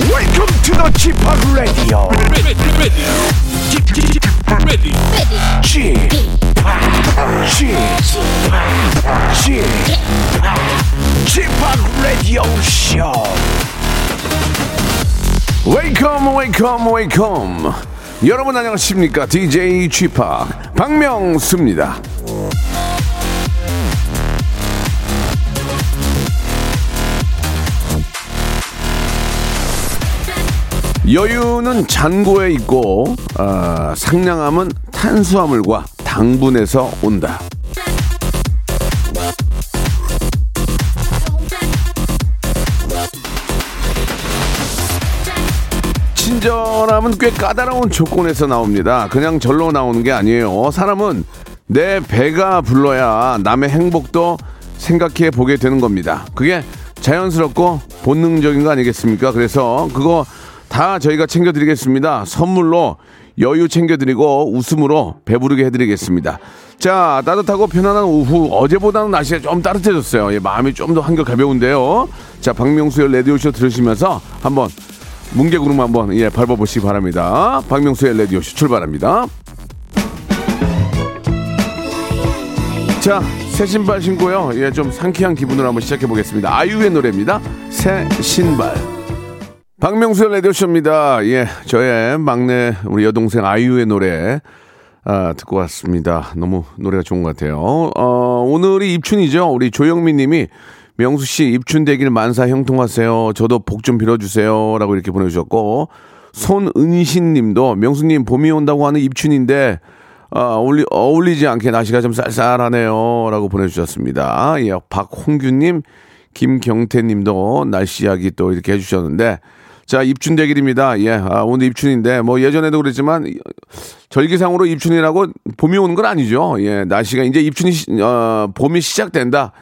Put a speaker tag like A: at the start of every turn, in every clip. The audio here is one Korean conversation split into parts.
A: to the Chip Radio.
B: ready, ready, Keep- keep- keep ready,
A: Chip, Chip, Chip, Chip Radio Show. Welcome, welcome, welcome. 여러분 안녕하십니까? DJ G 팍 박명수입니다. 여유는 잔고에 있고 아, 상냥함은 탄수화물과 당분에서 온다. 친절함은 꽤 까다로운 조건에서 나옵니다. 그냥 절로 나오는 게 아니에요. 사람은 내 배가 불러야 남의 행복도 생각해 보게 되는 겁니다. 그게 자연스럽고 본능적인 거 아니겠습니까? 그래서 그거 다 저희가 챙겨드리겠습니다. 선물로 여유 챙겨드리고 웃음으로 배부르게 해드리겠습니다. 자, 따뜻하고 편안한 오후. 어제보다는 날씨가 좀 따뜻해졌어요. 예, 마음이 좀 더 한결 가벼운데요. 자, 박명수의 라디오쇼 들으시면서 한번 뭉개구름 한번 예 밟아보시기 바랍니다. 박명수의 레디오 쇼 출발합니다. 자, 새 신발 신고요. 예, 좀 상쾌한 기분으로 한번 시작해 보겠습니다. 아이유의 노래입니다. 새 신발. 박명수의 레디오 쇼입니다. 예, 저의 막내 우리 여동생 아이유의 노래 아, 듣고 왔습니다. 너무 노래가 좋은 것 같아요. 어, 오늘이 입춘이죠. 우리 조영민 님이 명수 씨 입춘 되길 만사 형통하세요. 저도 복 좀 빌어주세요. 라고 이렇게 보내주셨고, 손은신 님도 명수님 봄이 온다고 하는 입춘인데, 아, 어울리, 어울리지 않게 날씨가 좀 쌀쌀하네요. 라고 보내주셨습니다. 예, 박홍규 님, 김경태 님도 날씨 이야기 또 이렇게 해주셨는데, 자, 입춘 대길입니다. 예, 아, 오늘 입춘인데, 뭐 예전에도 그랬지만, 절기상으로 입춘이라고 봄이 오는 건 아니죠. 예, 날씨가 이제 입춘이, 시- 어, 봄이 시작된다.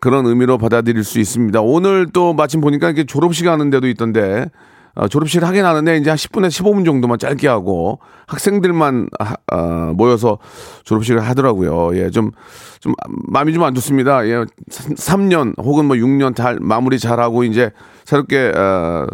A: 그런 의미로 받아들일 수 있습니다. 오늘 또 마침 보니까 이렇게 졸업식 하는 데도 있던데, 어, 졸업식 하긴 하는데, 이제 한 10분에서 15분 정도만 짧게 하고, 학생들만 하- 어, 모여서 졸업식을 하더라고요. 예, 좀, 좀, 마음이 좀 안 좋습니다. 예, 3년 혹은 뭐 6년 잘 마무리 잘하고, 이제 새롭게, 어,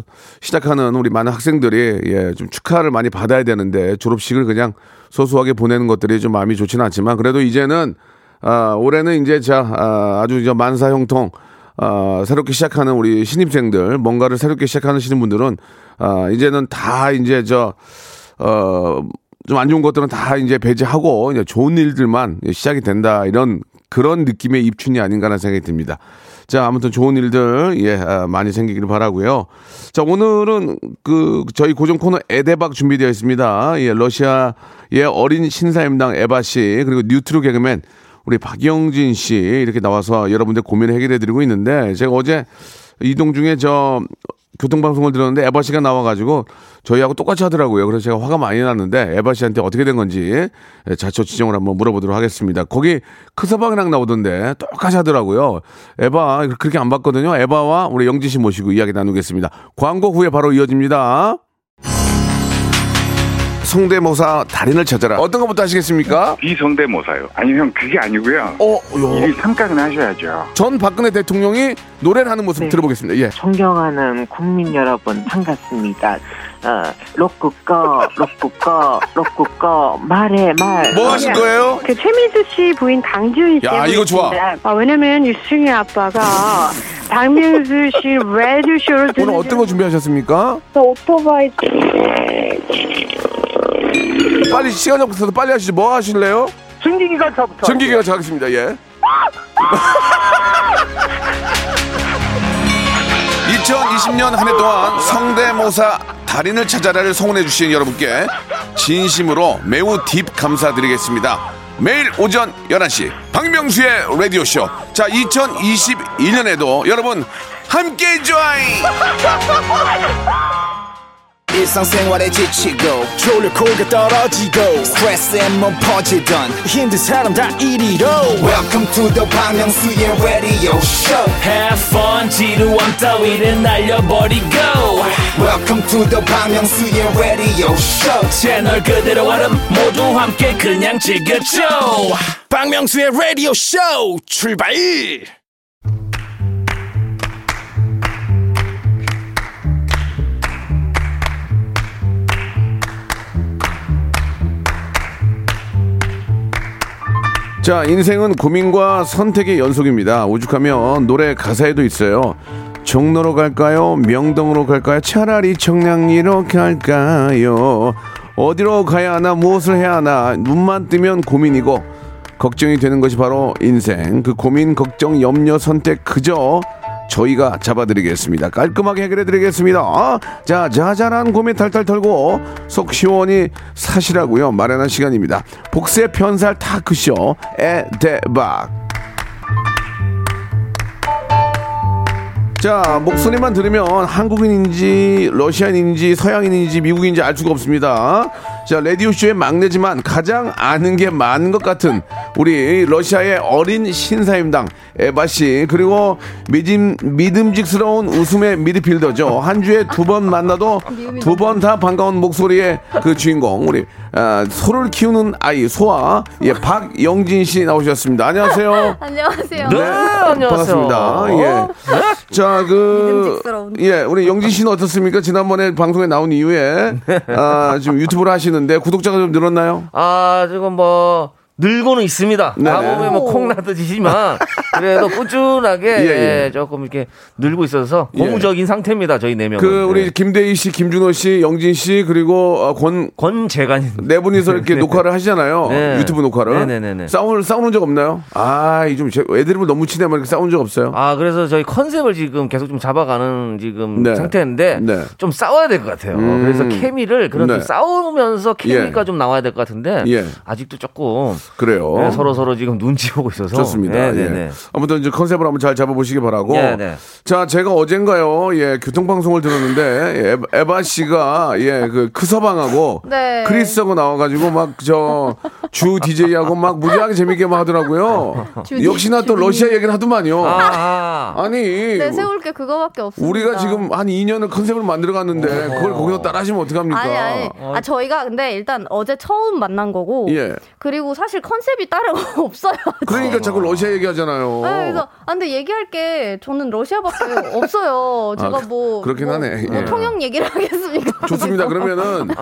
A: 시작하는 우리 많은 학생들이, 예, 좀 축하를 많이 받아야 되는데, 졸업식을 그냥 소소하게 보내는 것들이 좀 마음이 좋지는 않지만, 그래도 이제는 아, 올해는 이제 자 아, 아주 이제 만사형통 아, 새롭게 시작하는 우리 신입생들 뭔가를 새롭게 시작하시는 분들은 아, 이제는 다 이제 저 어, 좀 안 좋은 것들은 다 이제 배제하고 이제 좋은 일들만 시작이 된다 이런 그런 느낌의 입춘이 아닌가라는 생각이 듭니다. 자 아무튼 좋은 일들 예 아, 많이 생기길 바라고요. 자 오늘은 그 저희 고정 코너 에데박 준비되어 있습니다. 예 러시아의 어린 신사임당 에바 씨 그리고 뉴트로 개그맨 우리 박영진 씨 이렇게 나와서 여러분들 고민을 해결해 드리고 있는데 제가 어제 이동 중에 저 교통방송을 들었는데 에바 씨가 나와가지고 저희하고 똑같이 하더라고요. 그래서 제가 화가 많이 났는데 에바 씨한테 어떻게 된 건지 자처 지정을 한번 물어보도록 하겠습니다. 거기 크서방이랑 나오던데 똑같이 하더라고요. 에바 그렇게 안 봤거든요. 에바와 우리 영진 씨 모시고 이야기 나누겠습니다. 광고 후에 바로 이어집니다. 성대모사 달인을 찾아라. 어떤 것부터 하시겠습니까?
C: 비성대모사요. 아니 형 그게 아니고요.
A: 어, 요.
C: 일일 삼각은 하셔야죠.
A: 전 박근혜 대통령이 노래를 하는 모습
D: 네.
A: 들어보겠습니다. 예.
D: 존경하는 국민 여러분 반갑습니다. 어, 로꾸꺼 로꾸꺼 로꾸꺼 말해 말.
A: 뭐 하실 거예요?
E: 그 최민수 씨 부인 강지훈 씨.
A: 야, 이거 좋아.
E: 아, 왜냐면 유승희 아빠가 박민수 씨 레드쇼를
A: 오늘 어떤 거 준비하셨습니까?
E: 오토바이
A: 빨리 시간이 없어서 빨리 하시죠. 뭐 하실래요? 전기기관차부터. 전기기관차 하겠습니다. 예. 2020년 한 해 동안 성대모사 달인을 찾아라를 성원해 주신 여러분께 진심으로 매우 딥 감사드리겠습니다. 매일 오전 11시 박명수의 라디오쇼. 자, 2021년에도 여러분 함께 join!
F: 일상생활에 지치고, 졸려 코가 떨어지고, 스트레스에 몸 퍼지던, 힘든 사람 다 이리로. welcome to the Bang Myung-soo's radio show
G: Have fun 지루함 따위를 날려버리고
F: welcome to the Bang Myung-soo's radio show
G: 채널 그대로 와름 모두 함께 그냥 즐겨줘
F: 박명수의 라디오 쇼 출발
A: 자, 인생은 고민과 선택의 연속입니다. 오죽하면 노래 가사에도 있어요. 종로로 갈까요? 명동으로 갈까요? 차라리 청량리로 갈까요? 어디로 가야 하나? 무엇을 해야 하나? 눈만 뜨면 고민이고 걱정이 되는 것이 바로 인생. 그 고민, 걱정, 염려, 선택 그저 저희가 잡아드리겠습니다. 깔끔하게 해결해드리겠습니다. 아, 자, 자잘한 고민 탈탈 털고 속 시원히 사시라고요. 마련한 시간입니다. 복세 편살 타크쇼 에대박. 자, 목소리만 들으면 한국인인지 러시아인인지 서양인인지 미국인인지 알 수가 없습니다. 자, 레디오쇼의 막내지만 가장 아는 게 많은 것 같은 우리 러시아의 어린 신사임당 에바씨, 그리고 믿음, 믿음직스러운 웃음의 미드필더죠. 한 주에 두 번 만나도 두 번 다 반가운 목소리의 그 주인공, 우리 아, 소를 키우는 아이, 소아, 예, 박영진 씨 나오셨습니다. 안녕하세요.
H: 안녕하세요.
A: 네,
I: 안녕하세요.
A: 반갑습니다.
I: 어?
A: 예. 자, 그,
H: 믿음직스러운.
A: 예, 우리 영진 씨는 어떻습니까? 지난번에 방송에 나온 이후에, 아, 지금 유튜브를 하시는데 구독자가 좀 늘었나요?
I: 아 지금 뭐 늘고는 있습니다.
A: 네네.
I: 과거에 뭐 콩나듯이지만 그래도 꾸준하게
A: 예, 예.
I: 예, 조금 이렇게 늘고 있어서
A: 예.
I: 고무적인 상태입니다. 저희 네 명.
A: 그, 우리 김대희 씨, 김준호 씨, 영진 씨, 그리고 어, 권,
I: 권재관.
A: 네 분이서 이렇게 녹화를 하시잖아요.
I: 네.
A: 유튜브 녹화를.
I: 네네네네.
A: 싸우, 싸우는 적 없나요? 아, 이 좀, 제- 애드립을 너무 치네, 막 이렇게 싸운 적 없어요?
I: 아 그래서 저희 컨셉을 지금 계속 좀 잡아가는 지금
A: 네.
I: 상태인데
A: 네. 음.
I: 좀 싸워야 될 것 같아요. 그래서 케미를 그런
A: 네.
I: 좀 싸우면서 케미가
A: 예.
I: 좀 나와야 될 것 같은데
A: 예.
I: 아직도 조금
A: 그래요.
I: 예, 서로 서로 지금 눈치 보고 있어서
A: 좋습니다.
I: 네,
A: 예.
I: 네, 네.
A: 아무튼 이제 컨셉을 한번 잘 잡아보시기 바라고.
I: 예, 네.
A: 자, 제가 어젠가요, 예, 교통방송을 들었는데, 예, 에바 씨가, 예, 그, 크서방하고,
H: 네.
A: 크리스하고 나와가지고, 막, 저, 주 DJ하고 막 무지하게 재밌게 막 하더라고요.
H: 주-
A: 역시나 또
H: 주-
A: 러시아 얘기를 하더만요.
I: 아,
A: 아,
I: 아.
A: 니
H: 네, 세울 게 그거밖에 없습니다.
A: 우리가 지금 한 2년을 컨셉을 만들어 갔는데, 그걸 거기서 따라하시면 어떡합니까?
H: 아니 아니 아 저희가 근데 일단 어제 처음 만난 거고
A: 예.
H: 그리고 사실 컨셉이 따로 없어요.
A: 그러니까 자꾸 러시아 얘기하잖아요.
H: 네, 그래서 아, 근데 얘기할 게 저는 러시아밖에 없어요. 제가
A: 그-
H: 뭐
A: 그렇긴
H: 뭐-
A: 하네.
H: 뭐
A: 예.
H: 통역 얘기를 하겠습니까?
A: 좋습니다. 그러면은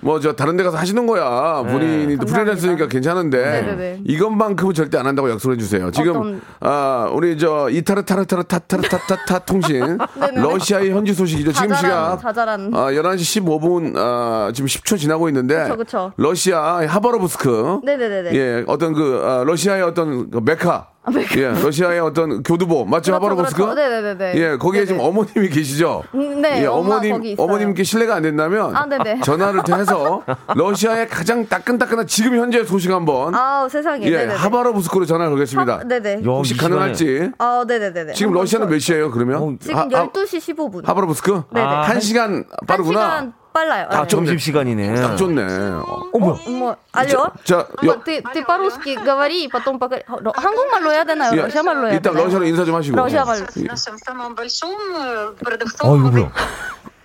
A: 뭐 저 다른 데 가서 하시는 거야. 본인이 또 프리랜서니까 괜찮은데
H: 네. 네네네.
A: 이것만큼은 절대 안 한다고 약속해 주세요. 지금
H: 어떤-
A: 아 우리 저 이타르 타르 타르 타타타타타 통신 러시아의 현지 소식이죠. 지금
H: 네, 자잘한
A: 시각
H: 자잘한
A: 아 11시 15분 아 지금 10초 지나고 있는데
H: 그쵸, 그쵸.
A: 러시아 하바로브스크
H: 네네네네.
A: 예 어떤 그 아, 러시아의 어떤 그 메카 예, 러시아의 어떤 교두보 맞죠
H: 네, 그렇죠,
A: 하바로브스크
H: 그렇죠. 네네네네.
A: 예 거기에
H: 네네.
A: 지금 어머님이 계시죠
H: 음, 네,
A: 예,
H: 엄마
A: 어머님
H: 거기 있어요.
A: 어머님께 실례가 안 된다면
H: 아, 네네.
A: 전화를 해서 러시아의 가장 따끈따끈한 지금 현재 소식 한번
H: 아 세상에.
A: 예
H: 네네네.
A: 하바로브스크로 전화를 걸겠습니다.
H: 하- 네네.
I: 야,
A: 혹시
I: 이 시간에. 어,
A: 가능할지
H: 아 네네네네.
A: 지금
H: 한번
A: 러시아는
H: 저-
A: 몇 시예요 그러면?
H: 지금
A: 하- 하-
H: 12시 15분.
A: 하바로브스크
H: 네네.
A: 한 시간 빠르구나.
H: 한 시간 빨라요.
I: 아,
H: 네.
I: 점심 시간이네.
A: 딱 좋네.
I: 어머.
H: 뭐 알려? 네,
A: 자, 여-
H: ты, ты по-русски говори, и потом пока... 어, 러- 한국말로 해야 되나요?
A: 예,
H: 러시아 말로 해야
A: 일단
H: 되나요?
A: 러시아로 인사 좀 하시고.
H: 러시아 말로.
A: 예.
I: 어, 이거 뭐야?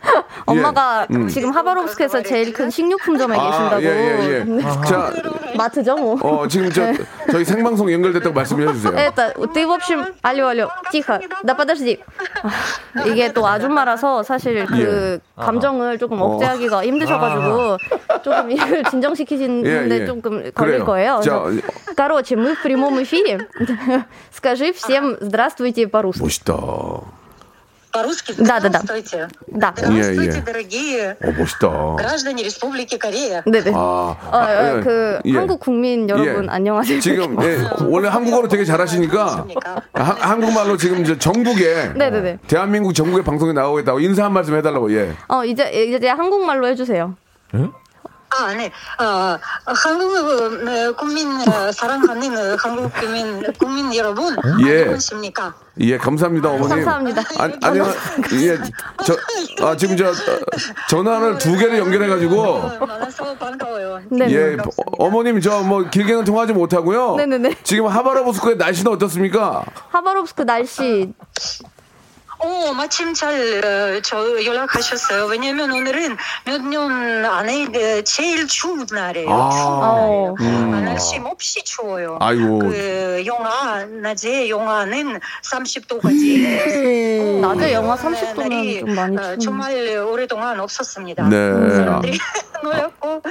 A: 예.
H: 엄마가 지금 하바롭스크에서 제일 큰 식료품점에
A: 음. 아,
H: 계신다고. 음.
A: 예, 예, 예.
I: 아.
A: 자,
H: 마트죠 뭐.
A: 어, 지금 저, 저희 생방송
H: 네.
A: 연결됐다고 말씀해 주세요.
H: Это, ты, в общем, алло, алло, тихо, да подожди. 아, 이게 또 아줌마라서 사실 그
A: 예.
H: 감정을
A: 어.
H: 조금 억제하기가 힘드셔가지고 조금 일을 진정시키시는데
A: 아. 예, 예.
H: 조금
A: 그래요.
H: 걸릴 거예요.
A: 자, 어.
H: 그래서 Короче, мы в прямом эфире. Скажи всем здравствуйте по-русски.
A: 멋있다. 어,
J: По-русски
H: Да-да-да.
J: здравствуйте.
H: Да.
J: Здравствуйте,
A: 예, 예.
J: дорогие
A: 어, 멋있다.
J: граждане Республики Корея.
H: 네네.
A: 아,
H: 어, 어,
A: 예,
H: 그
A: 예.
H: 한국 국민 여러분
A: 예.
H: 안녕하세요.
A: 지금 예, 원래 한국어로 되게 잘하시니까 하- 한국말로 지금 저 전국에
H: 네네네.
A: 대한민국 전국의 방송에 나오겠다고 인사 한 말씀 해달라고 예.
H: 어 이제 이제 한국말로 해주세요.
J: 아, 네. 어, 한국 어, 국민 어, 사랑하는 어, 한국 국민 국민 여러분
A: 예.
J: 안녕하십니까?
A: 예 감사합니다 어머님.
H: 감사합니다.
A: 아니 아니 예, 저, 아, 지금 저 어, 전화를 두 개를 연결해 가지고
J: 어, 만나서 반가워요.
H: 네네.
A: 예 어, 어머님 저 뭐 길게는 통화하지 못하고요.
H: 네네네.
A: 지금 하바라보스코의 날씨는 어떻습니까?
H: 하바롭스크 날씨
J: 오, 어, 마침 잘 어, 저 연락하셨어요. 왜냐면 오늘은 몇 년 안에 그 제일 추운 날이에요.
H: 어.
J: 추운
A: 아.
J: 날이에요.
A: 음.
J: 날씨 몹시 추워요.
A: 아이고. 뭐.
H: 네.
J: 그 영하 낮에 영하는
A: 음.
J: 30도까지.
A: 예.
H: 음, 낮에 영하
J: 네,
H: 30도는 좀
J: 어,
H: 많이 추운.
J: 정말 오랫동안 없었습니다.
A: 네. 아,
J: 사람들이 놀랐고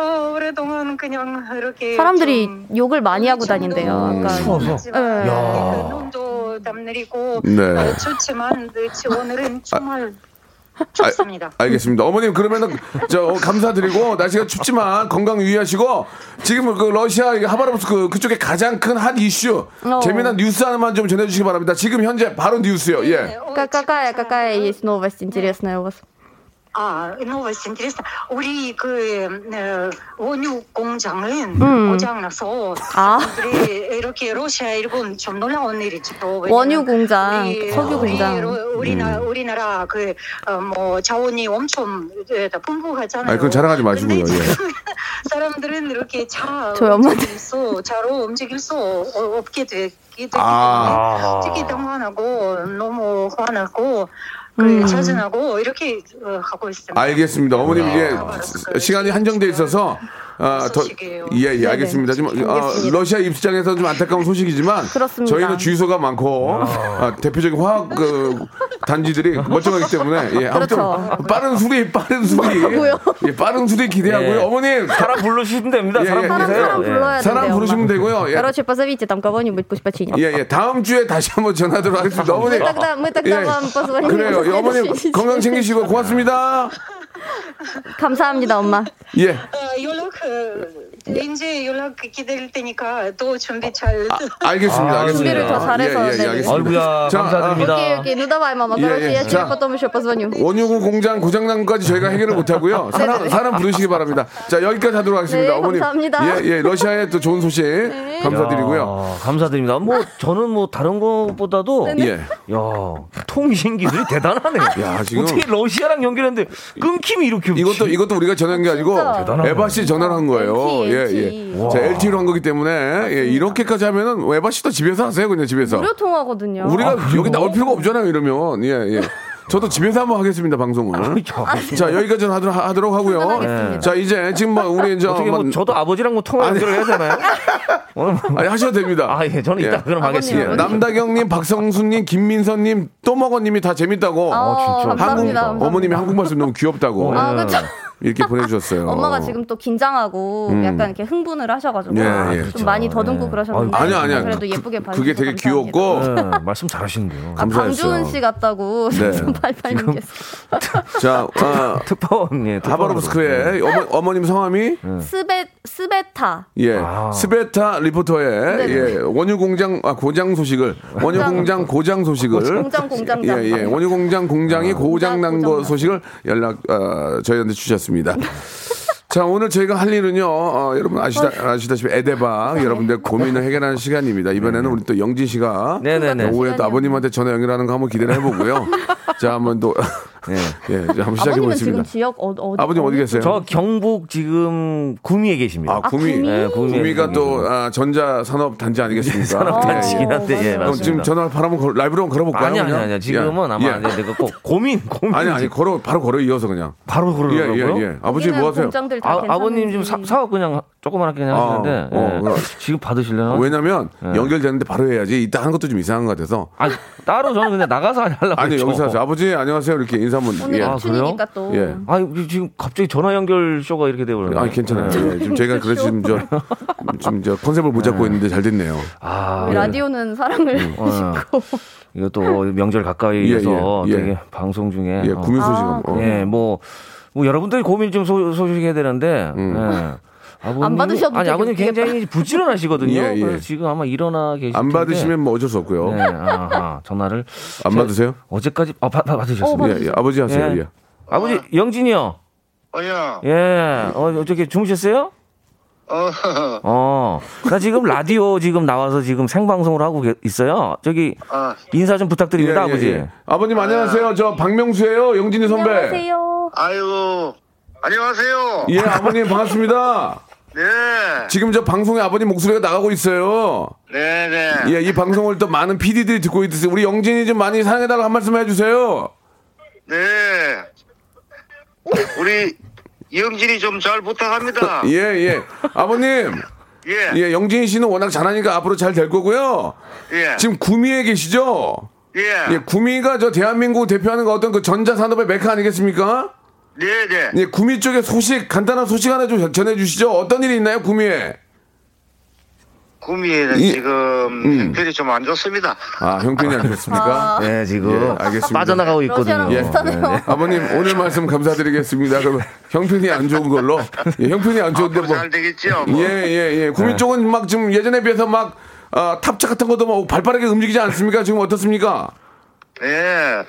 J: 어, 오랫동안 그냥 이렇게
H: 사람들이 욕을 많이 하고 다닌대요. 그러니까
J: 음, 추워서?
H: 예.
J: 그 눈도 땀 내리고
A: 네.
J: 어, 좋지만 그치, 오늘은 정말 춥습니다.
A: 아, 알겠습니다. 어머님 그러면은 저 어, 감사드리고 날씨가 춥지만 건강 유의하시고 지금 그 러시아 이 하바로브스 그 그쪽에 가장 큰 핫 이슈
H: 어.
A: 재미난 뉴스 하나만 좀 전해주시기 바랍니다. 지금 현재 바로 뉴스요. 예.
J: 어,
H: 까- какая какая есть новость
J: 네.
H: интересная у вас?
J: 아, новость интересно. 우리 그 어, 원유 공장은
H: 음.
J: 고장나서
H: 아.
J: 우리 이렇게 러시아 일본 좀 놀라운 일이죠.
H: 원유 공장,
J: 우리- 어,
H: 석유 공장.
J: 우리, 로-
A: 음,
J: 우리나, 우리나라 그, 어, 뭐, 자원이 엄청 예, 다 풍부하잖아요.
A: 아, 그건 자랑하지 마시고요.
J: 근데
A: 예.
J: 사람들은 이렇게 차
H: 저희 엄마한테.
J: 움직일 수, 차로 움직일 수 어- 없게 되기 때문에
A: 아.
J: 특히 너무 화나고 너무 화나고 그
H: 음.
J: 자진하고 이렇게 어, 하고 있습니다.
A: 알겠습니다. 어머님 아, 이게 시간이 한정돼 있어서 아, 더,
J: 소식이에요.
A: 예, 예,
H: 아. 네네.
A: 알겠습니다. 좀, 어,
H: 알겠습니다.
A: 러시아 입장에서 좀 안타까운 소식이지만
H: 그렇습니다.
A: 저희는 주유소가 많고 아, 대표적인 화학 그, 단지들이 멀쩡하기 때문에 예, 아무튼
H: 그렇죠.
A: 빠른 수리, 빠른 수리,
H: 뭐라고요?
A: 예, 빠른 수리 기대하고요.
I: 예.
A: 어머님
I: 사람 부르시면 됩니다.
A: 예, 예.
I: 사람
H: 사람
I: 부르세요.
H: 사람
I: 예.
H: 불러야 돼요.
A: 사람 부르시면 되고요. 예,
H: Короче, позовите там кого-нибудь, пусть починят.
A: 예, 예, 다음 주에 다시 한번 전화하도록 하겠습니다.
H: Мы
A: 어머님.
H: тогда, мы тогда
A: 예.
H: вам позвоним.
A: 그래요. 예, 어머님
H: Следующий-
A: 건강 챙기시고 고맙습니다.
H: 감사합니다, 엄마.
A: 예.
J: 어, 연락 어,
E: 네.
J: 이제 연락 기다릴 테니까 또 준비 잘.
A: 아, 알겠습니다.
I: 아,
A: 알겠습니다.
I: 준비를 더
H: 잘해서,
A: 예, 예, 예,
H: 네네.
A: 알겠습니다.
I: 아이고야
A: 자,
I: 감사드립니다.
H: Окей, окей, ну давай, мама.
A: Е,
H: Короче,
A: е,
H: я
A: 예,
H: тебе
A: 자.
H: потом еще позвоню.
A: 아, 원유구 공장 고장난까지 저희가 해결을 못하고요. 사람, 사람 부르시기 바랍니다. 자, 여기까지 하도록 하겠습니다.
H: 네,
A: 어머님.
H: 감사합니다. 네.
A: 예, 예, 러시아의 또 좋은 소식 감사드리고요.
I: 야, 감사드립니다. 뭐 저는 뭐 다른 것보다도
A: 예.
I: 야 통신 기술이 대단하네요.
A: 야, 지금-
I: 어떻게 러시아랑 연결했는데 끊김이 이렇게
A: 이것도, 이것도 우리가 전화한 게 아니고
H: 진짜. 아,
I: 대단하네.
A: 에바 씨 전화를 한 거예요.
H: LT.
A: 예, 예. 자, LT로 한 거기 때문에 예, 이렇게까지 하면은 에바 씨도 집에서 하세요. 그냥 집에서.
H: 무료 통화거든요.
A: 우리가
I: 아,
A: 여기 나올 필요가 없잖아요. 이러면. 예, 예. 저도 집에서 한번 하겠습니다.
I: 아,
A: 방송을. 자, 여기까지 하도록, 하도록 하고요.
H: 끝나겠습니다.
A: 자, 이제 지금 뭐 우리 이제
I: 어떻게
A: 뭐-
I: 뭐 저도 아버지랑 뭐 통화 연결을 해야 되나요? 오늘 뭐-
A: 아니, 하셔도 됩니다.
I: 아, 예, 저는 이따 그럼
H: 아버님,
A: 예,
I: 하겠습니다.
H: 아버님.
A: 남다경님, 박성수님, 김민선님, 또먹어님이 다 재밌다고.
H: 아, 진짜. 감사합니다, 감사합니다.
A: 어머님이 한국 말씀 너무
I: 어,
A: 귀엽다고
I: 예.
H: 아, 그쵸.
A: 예. 이렇게 보내주셨어요.
H: 엄마가 지금 또 긴장하고 약간 이렇게 흥분을 하셔가지고
A: 음. 예, 예.
H: 좀
I: 그렇죠.
H: 많이 더듬고
I: 예.
H: 그러셨는데
A: 아니야 아니야.
H: 그래도
A: 그-
H: 예쁘게
A: 그,
H: 봐주셔서
A: 그게 되게
H: 감사합니다. 아,
A: 귀엽고
I: 예, 말씀 잘하시는데요.
A: 감사했어요.
H: 강주은 씨 같다고
A: 네.
H: 3886님께서
A: 자 아,
I: 특파원 예, 특파원으로.
A: 하바로브스크의 어머, 어머님 성함이
H: 스베 스베타
A: 예
I: 네. 아.
A: 스베타 리포터의
H: 네.
A: 예 원유 공장 아 고장 소식을 원유 공장 고장 소식을
H: 공장 공장장
A: 예예 원유 공장 공장이
H: 어,
A: 고장 난
H: 고장
A: 거
H: 난.
A: 소식을 연락 어, 저희한테 주셨습니다. 자 오늘 저희가 할 일은요 어, 여러분 아시다 아시다시피 에데바 여러분들 고민을 해결하는 시간입니다. 이번에는 우리 또 영진 씨가
I: 네네네.
A: 오후에 또 아버님한테 전화 연결하는 거 한번 기대를 해보고요. 자 한번 또 예, 이제 한번 시작해
H: 네. 아버님은 지금
A: 보겠습니다.
H: 지역 어, 어디
A: 아버님 어디 계세요?
I: 저 경북 지금 구미에 계십니다.
A: 아 구미
H: 구미?
I: 예, 구미에
A: 구미가
I: 지금-
A: 또 아, 전자 산업 단지 아니겠습니까?
I: 산업단지긴
H: 산업단지긴
A: 예, 예.
I: 한데 예,
H: 어,
A: 그럼
I: 맞습니다.
A: 지금 전화 바라면 걸, 라이브로 한번 걸어볼까요?
I: 아니 아니
A: 그냥?
I: 아니 지금은
A: 예.
I: 아마
A: 예.
I: 안 돼. 꼭 고민 고민
A: 아니 아니 걸어 바로 걸어 이어서 그냥
I: 바로 그러려고요.
A: 예예예 아버지 뭐 하세요?
H: 공장들 다
I: 아, 아버님 지금
H: 괜찮은지.
I: 사, 사업 그냥 조그맣게 그냥
A: 아,
I: 하시는데
A: 어,
I: 예.
A: 그럼.
I: 지금 받으실래요?
A: 어? 왜냐면
I: 어? 네.
A: 연결되는데 바로 해야지 이따 한 것도 좀 이상한 것 같아서
I: 아 따로 저는 그냥 나가서 하려고
A: 아니
I: 했죠.
A: 여기서 하세요. 아버지 안녕하세요 이렇게 인사 한번
H: 오늘
A: 예.
I: 그렇죠. 아,
H: 입춘이니까 또
A: 예.
I: 아 이거 지금 갑자기 전화 연결 쇼가 이렇게 돼버렸네.
A: 아니 괜찮아요. 예, 지금 제가 그래서 지금 저 지금 저 컨셉을 못 잡고 있는데 잘 됐네요.
I: 아
A: 예.
H: 우리 그 어, 라디오는 사랑을
A: 음,
I: 어, 이거 또 명절 가까이
A: 예,
I: 해서
A: 예, 예.
I: 되게 방송 중에
A: 예,
I: 어,
A: 구민 소식
H: 아,
A: 어.
I: 예, 뭐, 뭐 여러분들이 고민 좀 소, 소식해야 되는데.
A: 음.
I: 예. 아버님,
H: 안 받으셔도
I: 아니
H: 되게
I: 아버님
H: 웃기겠다.
I: 굉장히 부지런하시거든요.
A: 예, 예.
I: 그래서 지금 아마 일어나 계실
A: 안
I: 텐데.
A: 받으시면 뭐 어쩔 수 없고요.
I: 네, 아하, 전화를
A: 안
I: 제-
A: 받으세요?
H: 네.
I: 어제까지 아, 받, 받- 받으셨습니다.
A: 예, 예, 아버지 하세요.
I: 예.
A: 예.
I: 아버지 영진이요.
C: 어야,
I: 예. 어, 어저께 주무셨어요?
C: 어,
I: 어. 나 지금 라디오 지금 나와서 지금 생방송을 하고 계- 있어요. 저기
C: 아,
I: 인사 좀 부탁드립니다,
A: 예, 예,
I: 아버지.
A: 예. 아버님 안녕하세요. 저 박명수예요. 영진이 선배.
H: 안녕하세요
C: 아이고, 안녕하세요.
A: 예, 아버님 반갑습니다.
C: 네,
A: 지금 저 방송에 아버님 목소리가 나가고 있어요.
C: 네, 네.
A: 예, 이 방송을 또 많은 PD들이 듣고 있으세요. 우리 영진이 좀 많이 사랑해달라고 한 말씀 해주세요.
C: 네. 우리 이영진이 좀 잘 부탁합니다.
F: 어,
A: 예, 예. 아버님.
C: 예, 예,
A: 예, 영진이 씨는 워낙 잘하니까 앞으로 잘 될 거고요.
C: 예,
A: 지금 구미에 계시죠?
C: 예,
A: 예, 구미가 저 대한민국 대표하는 그 어떤 그 전자산업의 메카 아니겠습니까?
C: 네, 네.
A: 예, 구미 쪽에 소식 간단한 소식 하나 좀 전해 주시죠. 어떤 일이 있나요, 구미에?
C: 구미에는
A: 이-
C: 지금
A: 예. 음.
C: 형편이 좀 안 좋습니다.
A: 아, 형편이 안 좋습니까?
C: 아.
I: 예, 지금
A: 알겠습니다.
I: 빠져나가고 있거든요.
A: 예.
I: 러시아랑 비슷하네요.
A: 아버님 오늘 말씀 감사드리겠습니다. 그럼 형편이 안 좋은 걸로. 예, 형편이 안 좋은데 뭐.
C: 잘 되겠지요. 뭐.
A: 예, 예, 예. 구미
I: 네.
A: 쪽은 막 지금 예전에 비해서 막 아, 탑차 같은 것도 막 발빠르게 움직이지 않습니까? 지금 어떻습니까?
C: 예.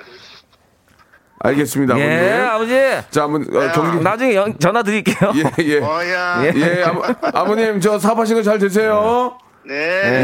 A: 알겠습니다. 아버님.
I: 예, 아버지.
A: 자, 한번 어, 경기
I: 아, 나중에 연- 전화 드릴게요.
A: 예, 예.
C: 어야.
A: 예, 아버, 님저 사업하신 거 잘 되세요.
C: 네.